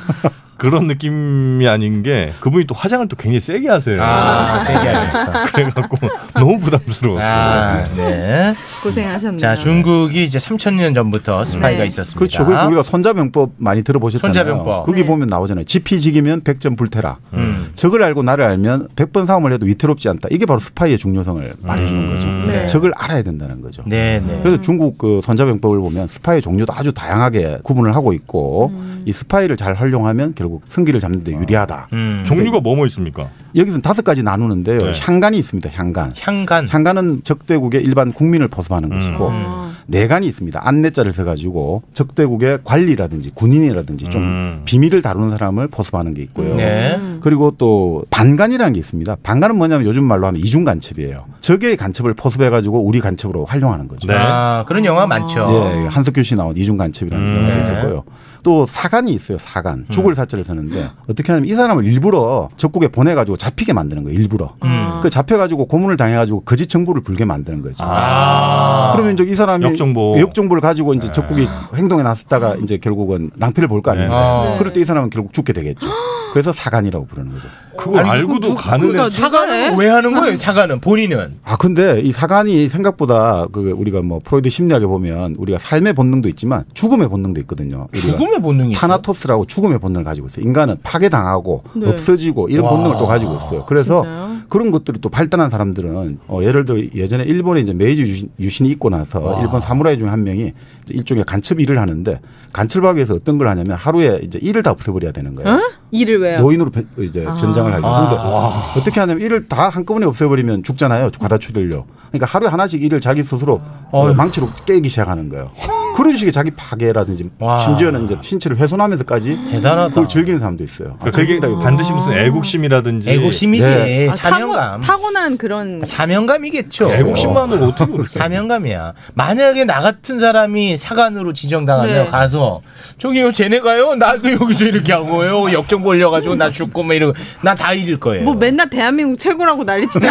[SPEAKER 3] 그런 느낌이 아닌 게 그분이 또 화장을 또 굉장히 세게 하세요.
[SPEAKER 4] 아, 세게 하셨어.
[SPEAKER 3] 그래갖고 너무 부담스러웠어요.
[SPEAKER 4] 아, 네.
[SPEAKER 12] 고생하셨네요.
[SPEAKER 4] 자, 중국이 이제 3,000년 전부터 스파이가
[SPEAKER 12] 네.
[SPEAKER 4] 있었습니다.
[SPEAKER 10] 그렇죠. 그리고 우리가 손자병법 많이 들어보셨잖아요.
[SPEAKER 4] 손자병법. 네.
[SPEAKER 10] 거기 보면 나오잖아요. 지피지기면 100점 불태라.
[SPEAKER 4] 음.
[SPEAKER 10] 적을 알고 나를 알면 100번 싸움을 해도 위태롭지 않다. 이게 바로 스파이의 중요성을
[SPEAKER 3] 음.
[SPEAKER 10] 말해주는 거죠.
[SPEAKER 4] 네.
[SPEAKER 10] 적을 알아야 된다는 거죠.
[SPEAKER 4] 네, 네.
[SPEAKER 10] 그래서 중국 그 손자병법을 보면 스파이 종류도 아주 다양하게 구분을 하고 있고 이 스파이를 잘 활용하면 결국 승기를 잡는 데 유리하다.
[SPEAKER 4] 음.
[SPEAKER 3] 종류가 뭐뭐 있습니까?
[SPEAKER 10] 여기서는 다섯 가지 나누는데요. 향간이 있습니다. 향간.
[SPEAKER 4] 향간.
[SPEAKER 10] 향간은 적대국의 일반 국민을 포섭하는 것이고
[SPEAKER 4] 음.
[SPEAKER 10] 내간이 있습니다. 안내자를 써가지고 적대국의 관리라든지 군인이라든지 좀 비밀을 다루는 사람을 포섭하는 게 있고요.
[SPEAKER 4] 네.
[SPEAKER 10] 그리고 또 반간이라는 게 있습니다. 반간은 뭐냐면 요즘 말로 하면 이중 간첩이에요. 적의 간첩을 포섭해가지고 우리 간첩으로 활용하는 거죠.
[SPEAKER 4] 아, 그런 영화 많죠.
[SPEAKER 10] 네. 예, 한석규 씨 나온 이중간첩이라는
[SPEAKER 4] 음.
[SPEAKER 10] 영화도
[SPEAKER 4] 네.
[SPEAKER 10] 있었고요. 또 사간이 있어요. 사간 죽을 사자를 쓰는데 어떻게 하냐면 이 사람을 일부러 적국에 보내가지고 잡히게 만드는 거예요. 일부러
[SPEAKER 4] 음.
[SPEAKER 10] 그 잡혀가지고 고문을 당해가지고 거짓 정보를 불게 만드는 거죠.
[SPEAKER 4] 아.
[SPEAKER 10] 그러면 이제 이 사람이
[SPEAKER 3] 역정보.
[SPEAKER 10] 를 가지고 이제 적국이 행동에 나섰다가 이제 결국은 낭패를 볼 거 아닙니까?
[SPEAKER 3] 네. 네.
[SPEAKER 10] 그럴 때 이 사람은 결국 죽게 되겠죠. 그래서 사간이라고 부르는 거죠.
[SPEAKER 3] 그걸 알고도 가는
[SPEAKER 4] 그 사과는 왜 하는 거예요? 사과는 본인은.
[SPEAKER 10] 아 근데 이 사간이 생각보다 그 우리가 뭐 프로이드 심리학에 보면 우리가 삶의 본능도 있지만 죽음의 본능도 있거든요. 우리가
[SPEAKER 4] 죽음의 본능이 있어요?
[SPEAKER 10] 타나토스라고 죽음의 본능을 가지고 있어요. 인간은 파괴당하고
[SPEAKER 4] 네.
[SPEAKER 10] 없어지고 이런
[SPEAKER 4] 와.
[SPEAKER 10] 본능을 또 가지고 있어요. 그래서 그런 것들이 또 발달한 사람들은 어, 예를 들어 예전에 일본에 이제 메이지 유신, 유신이 있고 나서
[SPEAKER 3] 와.
[SPEAKER 10] 일본 사무라이 중에 한 명이 이제 일종의 간첩 일을 하는데 간첩하기 위해서 어떤 걸 하냐면 하루에 이제 일을 다 없애버려야 되는 거예요.
[SPEAKER 12] 어? 일을 왜요?
[SPEAKER 10] 노인으로 변- 이제 변장을 하려고.
[SPEAKER 3] 네. 아.
[SPEAKER 10] 근데
[SPEAKER 3] 와.
[SPEAKER 10] 어떻게 하냐면 일을 다 한꺼번에 없애버리면 죽잖아요. 과다 출혈로. 그러니까 하루에 하나씩 일을 자기 스스로
[SPEAKER 3] 어휴.
[SPEAKER 10] 망치로 깨기 시작하는 거예요. 그런 식의 자기 파괴라든지 뭐
[SPEAKER 3] 와.
[SPEAKER 10] 심지어는 이제 신체를 훼손하면서까지
[SPEAKER 3] 대단하다.
[SPEAKER 10] 그걸 즐기는 사람도 있어요.
[SPEAKER 3] 그러니까 그게 반드시 무슨 애국심이라든지
[SPEAKER 4] 애국심이지.
[SPEAKER 3] 네.
[SPEAKER 4] 사명감.
[SPEAKER 12] 아, 타고난 그런
[SPEAKER 4] 사명감이겠죠.
[SPEAKER 3] 애국심만으로 어떻게 그렇게
[SPEAKER 4] 사명감이야. 만약에 나 같은 사람이 사관으로 지정당하면
[SPEAKER 12] 네.
[SPEAKER 4] 가서 저기요 쟤네가요 나도 여기서 이렇게 하고요 역정보 올려가지고 나 죽고 막 이러고 나 다 잃을 거예요.
[SPEAKER 12] 뭐 맨날 대한민국 최고라고 난리치는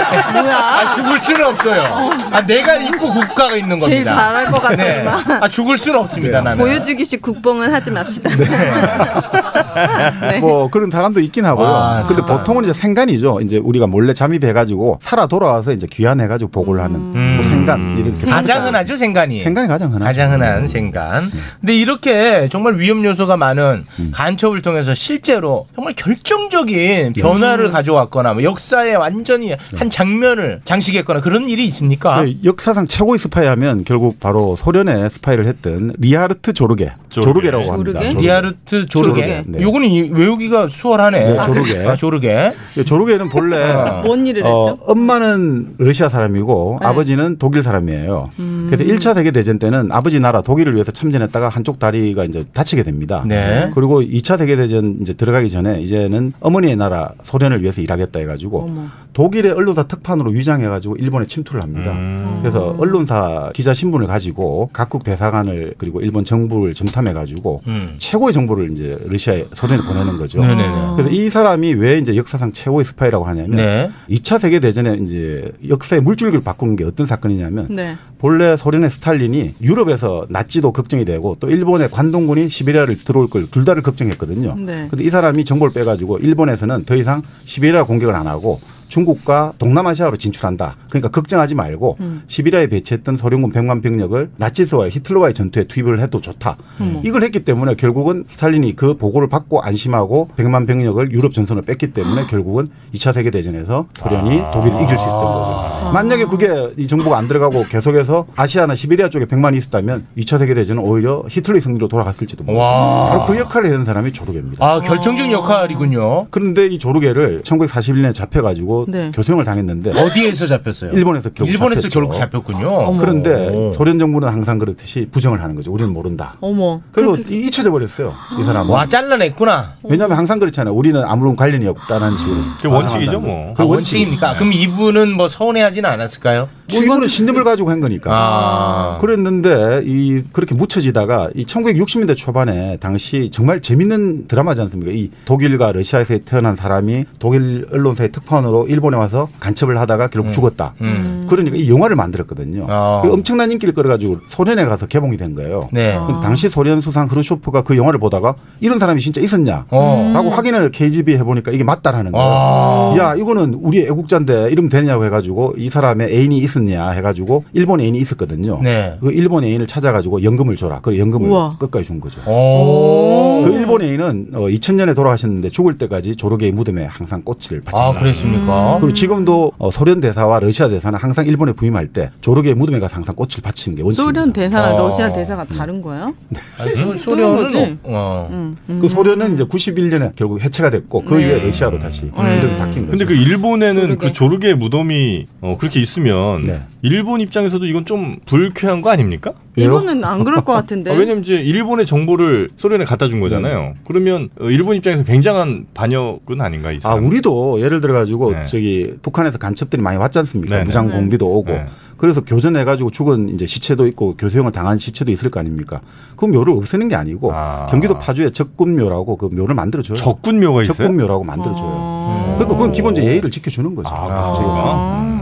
[SPEAKER 4] 아, 죽을 수는 없어요. 아, 내가 있고 국가가 있는 겁니다.
[SPEAKER 12] 제일 잘할 것 같더니만.
[SPEAKER 4] 아, 죽을 수는 없습니다, 나는.
[SPEAKER 12] 보여주기식 국뽕은 하지 맙시다. 네.
[SPEAKER 3] 네.
[SPEAKER 10] 뭐 그런 사람도 있긴 하고요.
[SPEAKER 4] 와,
[SPEAKER 10] 근데 보통은 이제 생간이죠. 이제 우리가 몰래 잠입해가지고 살아 돌아와서 이제 귀환해가지고 보고를 하는
[SPEAKER 3] 음.
[SPEAKER 10] 뭐 생간 이렇게
[SPEAKER 4] 가장 흔하죠, 생간이.
[SPEAKER 10] 생간이 가장 흔하죠.
[SPEAKER 4] 가장 흔한 생간.
[SPEAKER 10] 네.
[SPEAKER 4] 근데 이렇게 정말 위험 요소가 많은
[SPEAKER 10] 음.
[SPEAKER 4] 간첩을 통해서 실제로 정말
[SPEAKER 10] 예.
[SPEAKER 4] 결정적인 변화를 가져왔거나 뭐 역사에 완전히 한 장면을 장식했거나 그런 일이 있습니까?
[SPEAKER 10] 네, 역사상 최고의 스파이 하면 결국 바로 소련의 스파이를 했던 리하르트 조르게. 조르게. 라고 합니다. 조르게.
[SPEAKER 4] 리하르트 조르게.
[SPEAKER 10] 조르게, 네.
[SPEAKER 4] 요거는 이- 외우기가 수월하네.
[SPEAKER 10] 네, 조르게.
[SPEAKER 4] 아, 조르게.
[SPEAKER 10] 예, 조르게는 본래
[SPEAKER 12] 뭔 일을
[SPEAKER 10] 어, 엄마는 러시아 사람이고 아버지는 독일 사람이에요. 그래서 1차 세계 대전 때는 아버지 나라 독일을 위해서 참전했다가 한쪽 다리가 이제 다치게 됩니다.
[SPEAKER 4] 네.
[SPEAKER 10] 그리고 2차 세계 대전 이제 들어가기 전에 이제는 어머니의 나라 소련을 위해서 일하겠다 해 가지고 독일의 언론사 특판으로 위장해 가지고 일본에 침투를 합니다.
[SPEAKER 4] 음.
[SPEAKER 10] 그래서 언론사 기자 신분을 가지고 각국 대사관을 그리고 일본 정부를 정탐해 가지고
[SPEAKER 4] 음.
[SPEAKER 10] 최고의 정보를 이제 러시아에 소련에 보내는 거죠.
[SPEAKER 4] 네네네.
[SPEAKER 10] 그래서 이 사람이 왜 이제 역사상 최고의 스파이라고 하냐면
[SPEAKER 4] 네.
[SPEAKER 10] 2차 세계 대전에 이제 역사의 물줄기를 바꾼 게 어떤 사건이냐면
[SPEAKER 12] 네.
[SPEAKER 10] 본래 소련의 스탈린이 유럽에서 나치도 걱정이 되고 또 일본의 관동군이 시베리아를 들어올 걸 둘 다를 걱정했거든요.
[SPEAKER 12] 네.
[SPEAKER 10] 근데 이 사람이 정보를 빼가지고 일본에서는 더 이상 시베리아 공격을 안 하고 중국과 동남아시아로 진출한다. 그러니까 걱정하지 말고
[SPEAKER 13] 음.
[SPEAKER 10] 시비리아에 배치했던 소련군 100만 병력을 나치스와 히틀러와의 전투에 투입을 해도 좋다.
[SPEAKER 13] 어머.
[SPEAKER 10] 이걸 했기 때문에 결국은 스탈린이 그 보고를 받고 안심하고 100만 병력을 유럽 전선으로 뺐기
[SPEAKER 13] 아.
[SPEAKER 10] 때문에 결국은 2차 세계 대전에서 소련이 독일을 이길 수 있었던
[SPEAKER 13] 아.
[SPEAKER 10] 거죠. 만약에 그게 이 정부가 안 들어가고 계속해서 아시아나 시베리아 쪽에 100만이 있었다면 2차 세계 대전은 오히려 히틀러의 승리로 돌아갔을지도 모르죠.
[SPEAKER 4] 와.
[SPEAKER 10] 바로 그 역할을 하는 사람이 조르게입니다.
[SPEAKER 4] 아, 결정적 역할이군요.
[SPEAKER 10] 그런데 이 조르게를 1941년에 잡혀가지고
[SPEAKER 4] 네.
[SPEAKER 10] 교생을 당했는데
[SPEAKER 4] 어디에서 잡혔어요?
[SPEAKER 10] 일본에서 결국
[SPEAKER 4] 일본에서
[SPEAKER 10] 잡혔죠.
[SPEAKER 4] 결국 잡혔군요.
[SPEAKER 10] 그런데 소련 정부는 항상 그렇듯이 부정을 하는 거죠. 우리는 모른다.
[SPEAKER 12] 어머.
[SPEAKER 10] 그래서 잊혀져 버렸어요. 이 사람은.
[SPEAKER 4] 와 잘라냈구나.
[SPEAKER 10] 왜냐하면 항상 그렇잖아요. 우리는 아무런 관련이 없다는 식으로.
[SPEAKER 4] 음. 그게 원칙이죠,
[SPEAKER 10] 뭐.
[SPEAKER 4] 아, 원칙입니까? 그럼 이분은 뭐 서운해하진 않았을까요?
[SPEAKER 10] 이거는 신념을 가지고 한 거니까.
[SPEAKER 4] 아.
[SPEAKER 10] 그랬는데 이 그렇게 묻혀지다가 이 1960년대 초반에 당시 정말 재밌는 드라마지 않습니까? 이 독일과 러시아에서 태어난 사람이 독일 언론사의 특파원으로 일본에 와서 간첩을 하다가 결국 죽었다.
[SPEAKER 4] 음.
[SPEAKER 10] 그러니까 이 영화를 만들었거든요. 그 엄청난 인기를 끌어가지고 소련에 가서 개봉이 된 거예요.
[SPEAKER 4] 아. 네.
[SPEAKER 10] 근데 당시 소련 수상 크루쇼프가 그 영화를 보다가 이런 사람이 진짜 있었냐? 라고 확인을 KGB 해보니까 이게 맞다라는 거예요.
[SPEAKER 4] 어. 아.
[SPEAKER 10] 음. 야, 이거는 우리 애국자인데 이러면 되냐고 해가지고 이 사람의 애인이 있었냐 해가지고 일본 애인이 있었거든요.
[SPEAKER 4] 네.
[SPEAKER 10] 그 일본 애인을 찾아가지고 연금을 줘라. 그 연금을
[SPEAKER 4] 우와.
[SPEAKER 10] 끝까지 준
[SPEAKER 4] 어.
[SPEAKER 10] 거죠. 그 일본 애인은 어, 2000년에 돌아가셨는데 죽을 때까지 조르게의 무덤에 항상 꽃을 바친다.
[SPEAKER 4] 아, 그랬습니까?
[SPEAKER 10] 그리고 지금도 어, 소련 대사와 러시아 대사는 항상 일본에 부임할 때 조르게의 무덤에 가서 항상 꽃을 바치는 게 원칙입니다.
[SPEAKER 12] 소련 대사랑
[SPEAKER 10] 어.
[SPEAKER 12] 러시아 대사가 다른 거예요?
[SPEAKER 4] 소-
[SPEAKER 12] 그런 거지?
[SPEAKER 4] 소련은 어, 어.
[SPEAKER 12] 음.
[SPEAKER 10] 그 소련은 이제 91년에 결국 해체가 됐고 그
[SPEAKER 12] 네.
[SPEAKER 10] 이후에 러시아로 다시 이름이 바뀐 거죠.
[SPEAKER 3] 근데 그 일본에는 그 조르게 무덤이 어, 그렇게 있으면 일본 입장에서도 이건 좀 불쾌한 거 아닙니까?
[SPEAKER 12] 이거는 안 그럴 것 같은데.
[SPEAKER 3] 아, 왜냐면 이제 일본의 정보를 소련에 갖다 준 거잖아요. 그러면 어, 일본 입장에서 굉장한 반역은 아닌가 이
[SPEAKER 10] 아,
[SPEAKER 3] 사람.
[SPEAKER 10] 우리도 예를 들어가지고
[SPEAKER 3] 네.
[SPEAKER 10] 저기 북한에서 간첩들이 많이 왔지 않습니까?
[SPEAKER 3] 네네.
[SPEAKER 10] 무장 공비도 오고.
[SPEAKER 3] 네.
[SPEAKER 10] 그래서 교전해가지고 죽은 이제 시체도 있고 교수형을 당한 시체도 있을 거 아닙니까? 그 묘를 없애는 게 아니고 경기도 파주에 적군묘라고 그 묘를 만들어줘요.
[SPEAKER 3] 적군묘가
[SPEAKER 10] 있어요? 적군묘라고 만들어줘요. 그러니까 그건 기본적 예의를 지켜주는
[SPEAKER 3] 아,
[SPEAKER 10] 거죠. 아,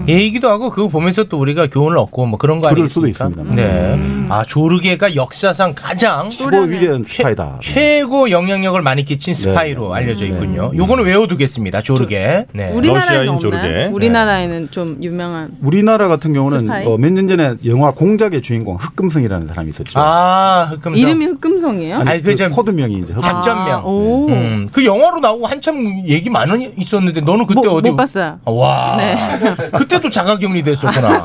[SPEAKER 4] 얘기도 하고 그거 보면서 또 우리가 교훈을 얻고 뭐 그런 거 아니겠습니까?
[SPEAKER 10] 그럴 수도 있습니다. 음.
[SPEAKER 4] 네. 아 조르게가 역사상 가장
[SPEAKER 10] 최고 위대한 스파이다.
[SPEAKER 4] 최고 영향력을 많이 끼친
[SPEAKER 10] 네.
[SPEAKER 4] 스파이로 알려져
[SPEAKER 10] 음.
[SPEAKER 4] 있군요. 요거는 외워두겠습니다. 조르게. 네.
[SPEAKER 12] 우리나라에는 없나요? 우리나라에는 좀 유명한
[SPEAKER 10] 우리나라 같은 경우는
[SPEAKER 12] 스파이?
[SPEAKER 10] 어, 몇 년 전에 영화 공작의 주인공 흑금성이라는 사람이 있었죠.
[SPEAKER 4] 아 흑금성.
[SPEAKER 12] 이름이 흑금성이에요?
[SPEAKER 10] 아니, 그 코드명이 이제 흑금성.
[SPEAKER 4] 작전명.
[SPEAKER 12] 아, 오.
[SPEAKER 4] 음, 그 영화로 나오고 한참 얘기 많이 있었는데 너는 그때 어디
[SPEAKER 12] 뭐, 못 봤어요.
[SPEAKER 4] 아, 와
[SPEAKER 12] 네.
[SPEAKER 4] 그때도 자가격리 됐었구나.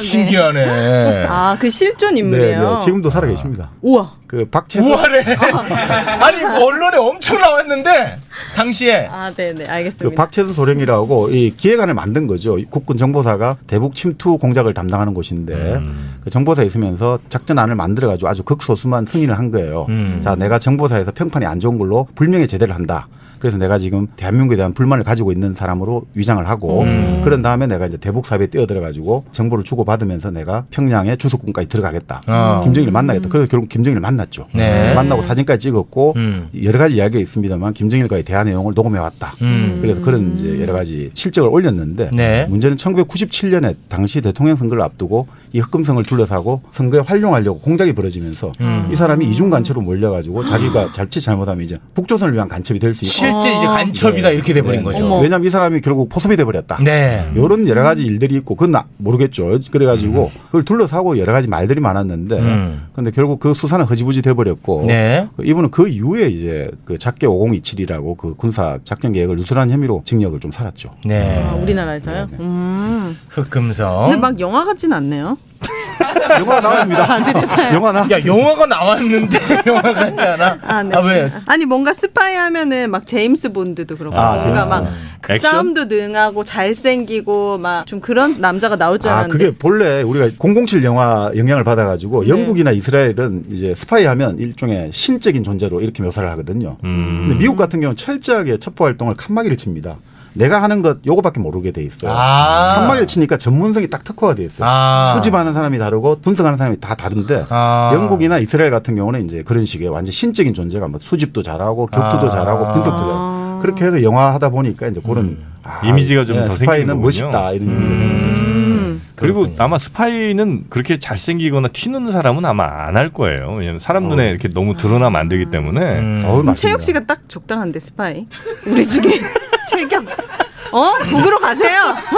[SPEAKER 4] 신기하네.
[SPEAKER 12] 아 그 실존
[SPEAKER 10] 네,
[SPEAKER 12] 인물이에요.
[SPEAKER 10] 네, 지금도 살아 계십니다.
[SPEAKER 12] 우와.
[SPEAKER 10] 그 박채수
[SPEAKER 4] 우아래. 아니 그 언론에 엄청 나왔는데 당시에.
[SPEAKER 12] 아 네네
[SPEAKER 10] 그
[SPEAKER 12] 알겠습니다.
[SPEAKER 10] 박채수 소령이라고 이 기획안을 만든 거죠. 이 국군 정보사가 대북 침투 공작을 담당하는 곳인데
[SPEAKER 4] 음.
[SPEAKER 10] 그 정보사에 있으면서 작전안을 만들어가지고 아주 극소수만 승인을 한 거예요.
[SPEAKER 4] 음.
[SPEAKER 10] 자, 내가 정보사에서 평판이 안 좋은 걸로 불명예 제대를 한다. 그래서 내가 지금 대한민국에 대한 불만을 가지고 있는 사람으로 위장을 하고 그런 다음에 내가 이제 대북 사업에 뛰어들어 가지고 정보를 주고 받으면서 내가 평양의 주석군까지 들어가겠다.
[SPEAKER 4] 아.
[SPEAKER 10] 김정일을 만나겠다. 그래서 결국 김정일을 만났죠.
[SPEAKER 4] 네.
[SPEAKER 10] 만나고 사진까지 찍었고
[SPEAKER 4] 음.
[SPEAKER 10] 여러 가지 이야기가 있습니다만 김정일과의 대화 내용을 녹음해 왔다.
[SPEAKER 4] 음.
[SPEAKER 10] 그래서 그런 이제 여러 가지 실적을 올렸는데
[SPEAKER 4] 네.
[SPEAKER 10] 문제는 1997년에 당시 대통령 선거를 앞두고 이 흑금성을 둘러싸고 선거에 활용하려고 공작이 벌어지면서
[SPEAKER 4] 음. 아.
[SPEAKER 10] 이 사람이 이중 간첩으로 몰려가지고 자기가 자칫 잘못하면 이제 북조선을 위한 간첩이 될 수 있고 네.
[SPEAKER 4] 실제
[SPEAKER 12] 아.
[SPEAKER 4] 이제
[SPEAKER 12] 네.
[SPEAKER 4] 간첩이다 이렇게 돼버린 거죠. 어머.
[SPEAKER 10] 왜냐하면 이 사람이 결국 포섭이 돼버렸다.
[SPEAKER 4] 네.
[SPEAKER 10] 이런 여러 가지 일들이 있고 그건 나- 모르겠죠. 그래가지고 그걸 둘러싸고 여러 가지 말들이 많았는데
[SPEAKER 4] 음.
[SPEAKER 10] 근데 결국 그 수사는 허지부지 돼버렸고
[SPEAKER 4] 네.
[SPEAKER 10] 그 이분은 그 이후에 이제 그 작게 5027이라고 그 군사 작전 계획을 누설한 혐의로 징역을 좀 살았죠.
[SPEAKER 4] 네. 어?
[SPEAKER 12] 아, 우리나라에서요. 음.
[SPEAKER 4] 흑금성.
[SPEAKER 12] 근데 막 영화 같진 않네요.
[SPEAKER 10] 영화 나옵니다. 영화 나.
[SPEAKER 4] 야 영화가 나왔는데 영화 같지 않아?
[SPEAKER 12] 아, 네.
[SPEAKER 4] 아, 왜?
[SPEAKER 12] 아니 뭔가 스파이 하면은 막 제임스 본드도 그렇고
[SPEAKER 4] 아,
[SPEAKER 12] 뭔가
[SPEAKER 4] 제임스
[SPEAKER 12] 막
[SPEAKER 4] 본드.
[SPEAKER 12] 그
[SPEAKER 10] 액션?
[SPEAKER 12] 싸움도 능하고 잘생기고 막 좀 그런 남자가 나올 줄
[SPEAKER 10] 아,
[SPEAKER 12] 알았는데
[SPEAKER 10] 그게 본래 우리가 007 영화 영향을 받아가지고
[SPEAKER 12] 네.
[SPEAKER 10] 영국이나 이스라엘은 이제 스파이 하면 일종의 신적인 존재로 이렇게 묘사를 하거든요.
[SPEAKER 3] 음.
[SPEAKER 10] 근데 미국 같은 경우는 철저하게 첩보 활동을 칸막이를 칩니다. 내가 하는 것 요거밖에 모르게 돼 있어요.
[SPEAKER 4] 아.
[SPEAKER 10] 칸막이를 치니까 전문성이 딱 특화가 돼 있어요.
[SPEAKER 4] 아.
[SPEAKER 10] 수집하는 사람이 다르고 분석하는 사람이 다 다른데
[SPEAKER 4] 아.
[SPEAKER 10] 영국이나 이스라엘 같은 경우는 이제 그런 식의 완전 신적인 존재가 뭐 수집도 잘하고 격투도
[SPEAKER 3] 아.
[SPEAKER 10] 잘하고 분석도 잘하고 그렇게 해서 영화 하다 보니까 이제 그런 아,
[SPEAKER 3] 음. 이미지가 좀
[SPEAKER 10] 예,
[SPEAKER 3] 더 생기는
[SPEAKER 10] 스파이는
[SPEAKER 3] 거군요. 음.
[SPEAKER 10] 멋있다 이런
[SPEAKER 3] 그리고 아마 스파이는 그렇게 잘생기거나 튀는 사람은 아마 안 할 거예요. 왜냐면 사람 눈에 이렇게 너무 드러나면 안 되기
[SPEAKER 10] 음.
[SPEAKER 3] 때문에.
[SPEAKER 12] 그럼 최혁 씨가 딱 적당한데 스파이 우리 중에 최격 어? 북으로 가세요.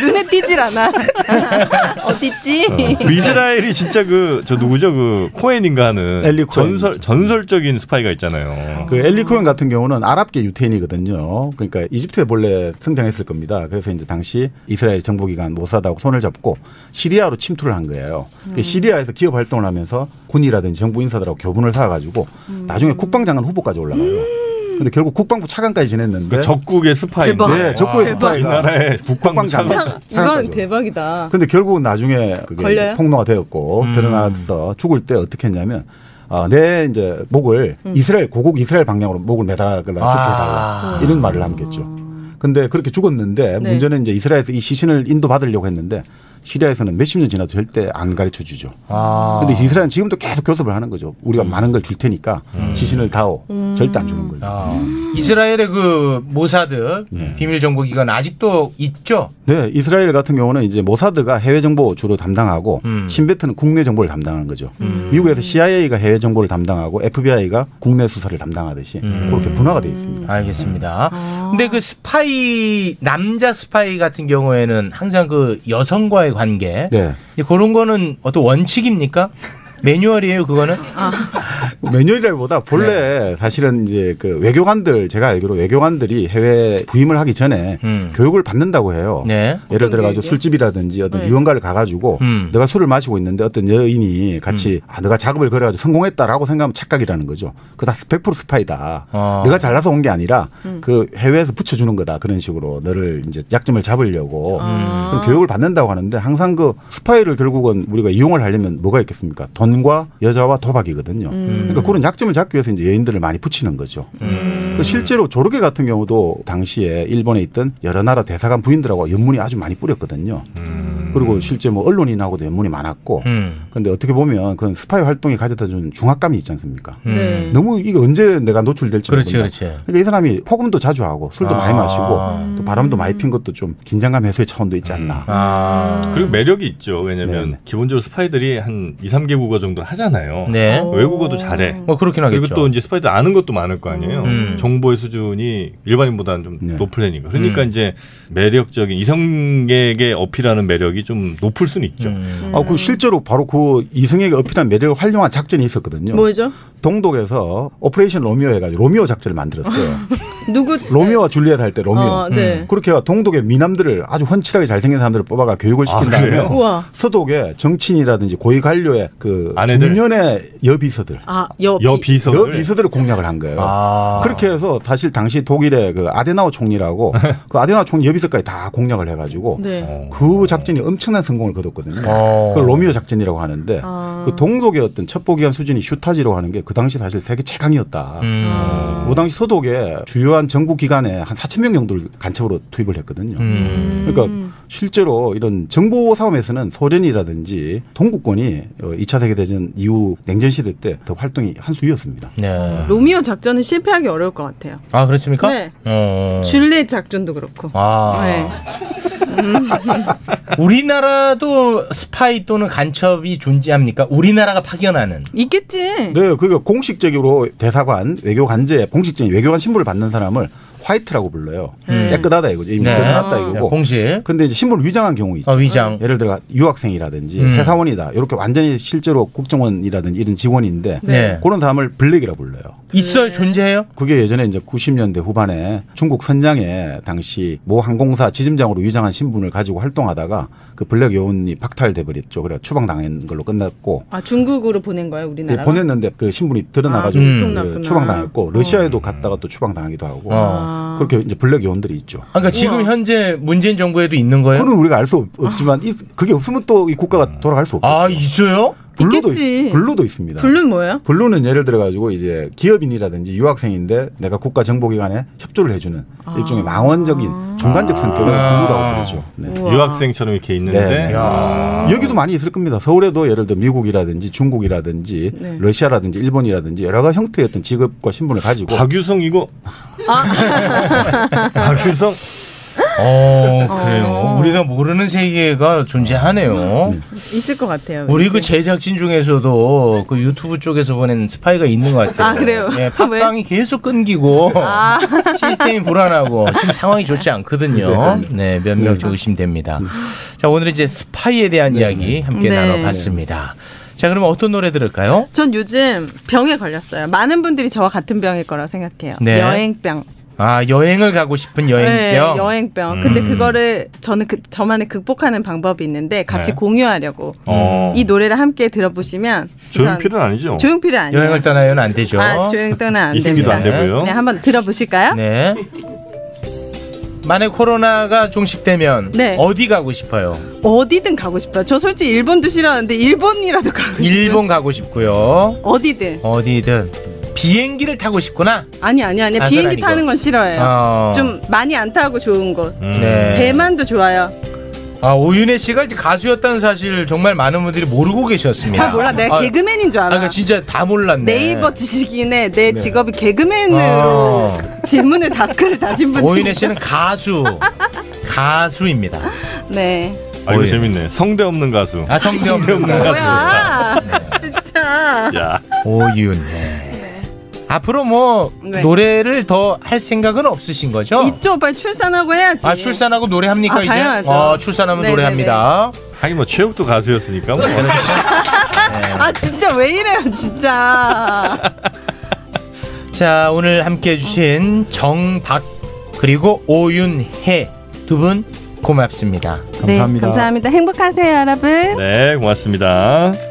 [SPEAKER 12] 눈에 띄질 않아. 어딨지?
[SPEAKER 3] 그 이스라엘이 진짜 그 저 누구죠 그 코엔인가 하는
[SPEAKER 10] 엘리 코엔.
[SPEAKER 3] 전설 전설적인 스파이가 있잖아요.
[SPEAKER 10] 그 엘리 코엔 같은 경우는 아랍계 유태인이거든요. 그러니까 이집트에 본래 성장했을 겁니다. 그래서 이제 당시 이스라엘 정보기관 모사다하고 손을 잡고 시리아로 침투를 한 거예요.
[SPEAKER 12] 음.
[SPEAKER 10] 그 시리아에서 기업 활동을 하면서 군이라든지 정부 인사들하고 교분을 사가지고
[SPEAKER 12] 음.
[SPEAKER 10] 나중에 국방장관 후보까지 올라가요. 근데 결국 국방부 차관까지 지냈는데
[SPEAKER 3] 그 적국의 스파이인데
[SPEAKER 10] 네, 적국의
[SPEAKER 3] 와,
[SPEAKER 10] 스파이
[SPEAKER 3] 이 나라의 국방부 차관.
[SPEAKER 12] 이건 대박이다.
[SPEAKER 10] 근데 결국은 나중에 그게
[SPEAKER 12] 걸려요?
[SPEAKER 10] 이제 폭로가 되었고 드러나서 죽을 때 어떻게 했냐면 아, 내 이제 목을
[SPEAKER 12] 음.
[SPEAKER 10] 이스라엘 고국 이스라엘 방향으로 목을 매달라 죽게 해달라
[SPEAKER 3] 아.
[SPEAKER 10] 이런 말을 남겼죠. 근데 그렇게 죽었는데
[SPEAKER 12] 네.
[SPEAKER 10] 문제는 이제 이스라엘에서 이 시신을 인도받으려고 했는데 시리아에서는 몇십 년 지나도 절대 안 가르쳐 주죠.
[SPEAKER 4] 아.
[SPEAKER 10] 근데 이스라엘은 지금도 계속 교섭을 하는 거죠. 우리가 많은 걸 줄 테니까 시신을 다오
[SPEAKER 12] 음.
[SPEAKER 10] 절대 안 주는 거예요.
[SPEAKER 4] 아. 이스라엘의 그 모사드 비밀 정보 기관 아직도 있죠.
[SPEAKER 10] 네, 이스라엘 같은 경우는 이제 모사드가 해외 정보 주로 담당하고
[SPEAKER 4] 음.
[SPEAKER 10] 신베트는 국내 정보를 담당하는 거죠. 미국에서 CIA가 해외 정보를 담당하고 FBI가 국내 수사를 담당하듯이
[SPEAKER 4] 음.
[SPEAKER 10] 그렇게 분화가 돼 있습니다.
[SPEAKER 4] 알겠습니다. 근데 그 스파이 남자 스파이 같은 경우에는 항상 그 여성과의 관계
[SPEAKER 10] 네.
[SPEAKER 4] 이 그런 거는 어떤 원칙입니까? 매뉴얼이에요 그거는?
[SPEAKER 10] 뭐 매뉴얼이라기보다 본래
[SPEAKER 4] 네.
[SPEAKER 10] 사실은 이제 그 외교관들 제가 알기로 외교관들이 해외 부임을 하기 전에 교육을 받는다고 해요.
[SPEAKER 4] 음. 네.
[SPEAKER 10] 예를 들어 가지고 술집이라든지 어떤 유흥가를 가가지고
[SPEAKER 4] 음.
[SPEAKER 10] 내가 술을 마시고 있는데 어떤 여인이 같이 아 내가 작업을 그래가지고 성공했다라고 생각하면 착각이라는 거죠. 그다 100% 스파이다.
[SPEAKER 4] 아.
[SPEAKER 10] 내가 잘나서 온 게 아니라 그 해외에서 붙여주는 거다 그런 식으로 너를 이제 약점을 잡으려고 그런 교육을 받는다고 하는데 항상 그 스파이를 결국은 우리가 이용을 하려면 뭐가 있겠습니까? 돈과 여자와 도박이거든요. 그러니까 그런 약점을 잡기 위해서 이제 여인들을 많이 붙이는 거죠. 그 실제로 조르게 같은 경우도 당시에 일본에 있던 여러 나라 대사관 부인들하고 연문이 아주 많이 뿌렸거든요. 그리고 실제 뭐 언론인하고도 연문이 많았고
[SPEAKER 4] 음.
[SPEAKER 10] 근데 어떻게 보면 그건 스파이 활동이 가져다 준 중압감이 있지 않습니까?
[SPEAKER 3] 음.
[SPEAKER 4] 네.
[SPEAKER 10] 너무 이게 언제 내가 노출될지
[SPEAKER 4] 그렇지,
[SPEAKER 10] 모른다.
[SPEAKER 4] 그렇지.
[SPEAKER 10] 그러니까 이 사람이 폭음도 자주 하고 술도 많이
[SPEAKER 3] 아.
[SPEAKER 10] 마시고 또 바람도 많이 핀 것도 좀 긴장감 해소의 차원도 있지
[SPEAKER 3] 음.
[SPEAKER 10] 않나.
[SPEAKER 3] 아.
[SPEAKER 4] 음.
[SPEAKER 3] 그리고 매력이 있죠. 왜냐면 기본적으로 스파이들이 한 2, 3개국어 정도 하잖아요.
[SPEAKER 4] 네.
[SPEAKER 3] 외국어도 잘해.
[SPEAKER 4] 뭐 그렇긴 하겠죠.
[SPEAKER 3] 그리고 또 이제 스파이들 아는 것도 많을 거 아니에요.
[SPEAKER 4] 음.
[SPEAKER 3] 정보의 수준이 일반인보다는 좀 높으려니까. 그러니까
[SPEAKER 4] 음.
[SPEAKER 3] 이제 매력적인 이성에게 어필하는 매력이 좀 높을 수는 있죠.
[SPEAKER 4] 음.
[SPEAKER 10] 아, 그 실제로 바로 그 이승에게 어필한 매력을 활용한 작전이 있었거든요.
[SPEAKER 12] 뭐죠?
[SPEAKER 10] 동독에서 오퍼레이션 로미오 해가지고 로미오 작전을 만들었어요.
[SPEAKER 12] 누구
[SPEAKER 10] 로미오와 줄리엣 할 때 로미오. 음.
[SPEAKER 12] 어,
[SPEAKER 3] 음.
[SPEAKER 12] 네.
[SPEAKER 10] 그렇게 동독의 미남들을 아주 훤칠하게 잘생긴 사람들을 뽑아가 교육을
[SPEAKER 3] 아,
[SPEAKER 10] 시킨
[SPEAKER 3] 그래요?
[SPEAKER 10] 다음에
[SPEAKER 12] 우와.
[SPEAKER 10] 서독의 정치인이라든지 고위 관료의 그
[SPEAKER 3] 아내들.
[SPEAKER 10] 중년의 여비서들.
[SPEAKER 12] 아, 여비.
[SPEAKER 3] 여비서들.
[SPEAKER 10] 여비서들을 그 공략을 한 거예요.
[SPEAKER 3] 아.
[SPEAKER 10] 그렇게 해서 사실 당시 독일의 그 아데나우 총리라고 그 아데나우 총리 여비서까지 다 공략을 해가지고
[SPEAKER 12] 네.
[SPEAKER 10] 그 작전이 엄청난 성공을 거뒀거든요.
[SPEAKER 3] 어.
[SPEAKER 10] 그걸 로미오 작전이라고 하는데 그 동독의 어떤 첩보기관 수준이 슈타지로 하는 게 그 당시 사실 세계 최강이었다.
[SPEAKER 3] 음.
[SPEAKER 4] 음.
[SPEAKER 12] 아.
[SPEAKER 10] 그 당시 서독에 주요한 정부 기관에 한 4천 명 정도를 간첩으로 투입을 했거든요.
[SPEAKER 4] 음.
[SPEAKER 3] 음.
[SPEAKER 10] 그러니까 실제로 이런 정보 싸움에서는 소련이라든지 동구권이 2차 세계 대전 이후 냉전 시대 때 더 활동이 한 수위였습니다.
[SPEAKER 4] 네.
[SPEAKER 12] 로미오 작전은 실패하기 어려울 것 같아요.
[SPEAKER 4] 아 그렇습니까?
[SPEAKER 12] 네.
[SPEAKER 4] 어.
[SPEAKER 12] 줄리엣 작전도 그렇고. 네.
[SPEAKER 4] 아. 우리나라도 스파이 또는 간첩이 존재합니까? 우리나라가 파견하는.
[SPEAKER 12] 있겠지.
[SPEAKER 10] 네, 그러니까 공식적으로 대사관, 외교관제 공식적인 외교관 신분을 받는 사람을 화이트라고 불러요.
[SPEAKER 4] 음.
[SPEAKER 10] 깨끗하다 이거죠. 이미
[SPEAKER 4] 네.
[SPEAKER 10] 드러났다 이거고.
[SPEAKER 4] 공식.
[SPEAKER 10] 근데 이제 신분을 위장한 경우 있죠.
[SPEAKER 4] 어, 위장.
[SPEAKER 10] 예를 들어 유학생이라든지
[SPEAKER 4] 음.
[SPEAKER 10] 회사원이다. 이렇게 완전히 실제로 국정원이라든지 이런 직원인데
[SPEAKER 4] 네.
[SPEAKER 10] 그런 사람을 블랙이라 불러요.
[SPEAKER 4] 있어요 존재해요?
[SPEAKER 10] 그게 예전에 이제 90년대 후반에 중국 선양에 당시 모 항공사 지점장으로 위장한 신분을 가지고 활동하다가 그 블랙 요원이 박탈돼 버렸죠. 그래 추방당한 걸로 끝났고
[SPEAKER 12] 아, 중국으로 보낸 거예요,
[SPEAKER 10] 예,
[SPEAKER 4] 네,
[SPEAKER 12] 우리나라.
[SPEAKER 10] 보냈는데 그 신분이 드러나가지고
[SPEAKER 12] 아,
[SPEAKER 10] 그
[SPEAKER 12] 들통났구나. 어.
[SPEAKER 10] 추방당했고 러시아에도 갔다가 또 추방당하기도 하고
[SPEAKER 4] 아.
[SPEAKER 10] 그렇게 이제 블랙 요원들이 있죠.
[SPEAKER 4] 아, 그러니까 지금 현재 문재인 정부에도 있는 거예요?
[SPEAKER 10] 그건 우리가 알 수
[SPEAKER 12] 아.
[SPEAKER 10] 없지만 이- 그게 없으면 또 이 국가가 돌아갈 수 없죠.
[SPEAKER 4] 아 있어요?
[SPEAKER 10] 블루도
[SPEAKER 12] 있겠지.
[SPEAKER 10] 있, 블루도 있습니다.
[SPEAKER 12] 블루는 뭐예요?
[SPEAKER 10] 는 예를 들어 가지고 이제 기업인이라든지 유학생인데 내가 국가 정보기관에 협조를 해주는
[SPEAKER 12] 아.
[SPEAKER 10] 일종의 망원적인 중간적 성격을 블루라고 부르죠. 네.
[SPEAKER 3] 유학생처럼 이렇게 있는데
[SPEAKER 10] 네. 여기도 많이 있을 겁니다. 서울에도 예를 들어 미국이라든지 중국이라든지
[SPEAKER 12] 네.
[SPEAKER 10] 러시아라든지 일본이라든지 여러 가지 형태의 어떤 직업과 신분을 가지고
[SPEAKER 3] 박유성 이거 박유성
[SPEAKER 4] 어, 그래요. 우리가 모르는 세계가 존재하네요.
[SPEAKER 12] 있을 것 같아요.
[SPEAKER 4] 우리 그 제작진 중에서도 그 유튜브 쪽에서 보낸 스파이가 있는 것 같아요.
[SPEAKER 12] 아, 그래요?
[SPEAKER 4] 예, 팟빵이 계속 끊기고
[SPEAKER 12] 아.
[SPEAKER 4] 시스템이 불안하고 지금 상황이 좋지 않거든요. 네, 몇명 좀 의심됩니다. 자, 오늘은 이제 스파이에 대한 이야기 함께
[SPEAKER 12] 네.
[SPEAKER 4] 나눠봤습니다. 자, 그러면 어떤 노래 들을까요?
[SPEAKER 12] 전 요즘 병에 걸렸어요. 많은 분들이 저와 같은 병일 거라 고 생각해요.
[SPEAKER 4] 네.
[SPEAKER 12] 여행병.
[SPEAKER 4] 아, 여행을 가고 싶은 여행병.
[SPEAKER 12] 네, 여행병. 근데
[SPEAKER 4] 음.
[SPEAKER 12] 그거를 저는 그, 저만의 극복하는 방법이 있는데 같이
[SPEAKER 4] 네.
[SPEAKER 12] 공유하려고
[SPEAKER 4] 어.
[SPEAKER 12] 음, 이 노래를 함께 들어보시면 우선
[SPEAKER 4] 조용필은 아니죠?
[SPEAKER 12] 조용필은 아니에요.
[SPEAKER 4] 여행을 떠나요는 안 되죠.
[SPEAKER 12] 아, 조용히 떠나 안
[SPEAKER 4] 이승기도
[SPEAKER 12] 됩니다.
[SPEAKER 4] 안 되고요.
[SPEAKER 12] 네, 한번 들어보실까요?
[SPEAKER 4] 네. 만약 코로나가 종식되면
[SPEAKER 12] 네.
[SPEAKER 4] 어디 가고 싶어요?
[SPEAKER 12] 어디든 가고 싶어요. 저 솔직히 일본도 싫어하는데 일본이라도 가고
[SPEAKER 4] 일본 가고 싶고요.
[SPEAKER 12] 어디든.
[SPEAKER 4] 어디든 비행기를 타고 싶구나.
[SPEAKER 12] 아니 아니 아니
[SPEAKER 4] 아, 그건
[SPEAKER 12] 비행기
[SPEAKER 4] 아니고.
[SPEAKER 12] 타는 건 싫어해요.
[SPEAKER 4] 어.
[SPEAKER 12] 네. 좀 많이 안 타고 좋은 곳.
[SPEAKER 3] 음.
[SPEAKER 4] 네.
[SPEAKER 12] 대만도 좋아요.
[SPEAKER 4] 아 오윤혜 씨가 이제 가수였다는 사실 정말 많은 분들이 모르고 계셨습니다.
[SPEAKER 12] 다 몰라. 내가
[SPEAKER 4] 아,
[SPEAKER 12] 개그맨인 줄
[SPEAKER 4] 아,
[SPEAKER 12] 알아.
[SPEAKER 4] 그러니까 진짜 다 몰랐네.
[SPEAKER 12] 네이버 지식인에 내
[SPEAKER 4] 네.
[SPEAKER 12] 직업이 개그맨으로
[SPEAKER 4] 아.
[SPEAKER 12] 질문을 답글을 다신 분들.
[SPEAKER 4] 오윤혜 씨는 가수, 가수입니다.
[SPEAKER 12] 네.
[SPEAKER 3] 아, 이거 재밌네. 성대 없는 가수.
[SPEAKER 4] 아 성대 없는
[SPEAKER 12] 뭐야? 진짜.
[SPEAKER 3] 야.
[SPEAKER 4] 오윤혜. 예. 앞으로 뭐
[SPEAKER 12] 네.
[SPEAKER 4] 노래를 더 할 생각은 없으신 거죠?
[SPEAKER 12] 이쪽 오빠 출산하고 해야지.
[SPEAKER 4] 아 출산하고 노래합니까
[SPEAKER 12] 아,
[SPEAKER 4] 이제?
[SPEAKER 12] 당연하죠.
[SPEAKER 4] 어, 출산하면
[SPEAKER 12] 네네네.
[SPEAKER 4] 노래합니다. 하긴 뭐 최욱도 가수였으니까 뭐.
[SPEAKER 12] 아 진짜 왜 이래요 진짜.
[SPEAKER 4] 자 오늘 함께해 주신 정박 그리고 오윤혜 두 분 고맙습니다.
[SPEAKER 12] 네, 감사합니다. 행복하세요 여러분.
[SPEAKER 3] 네, 고맙습니다.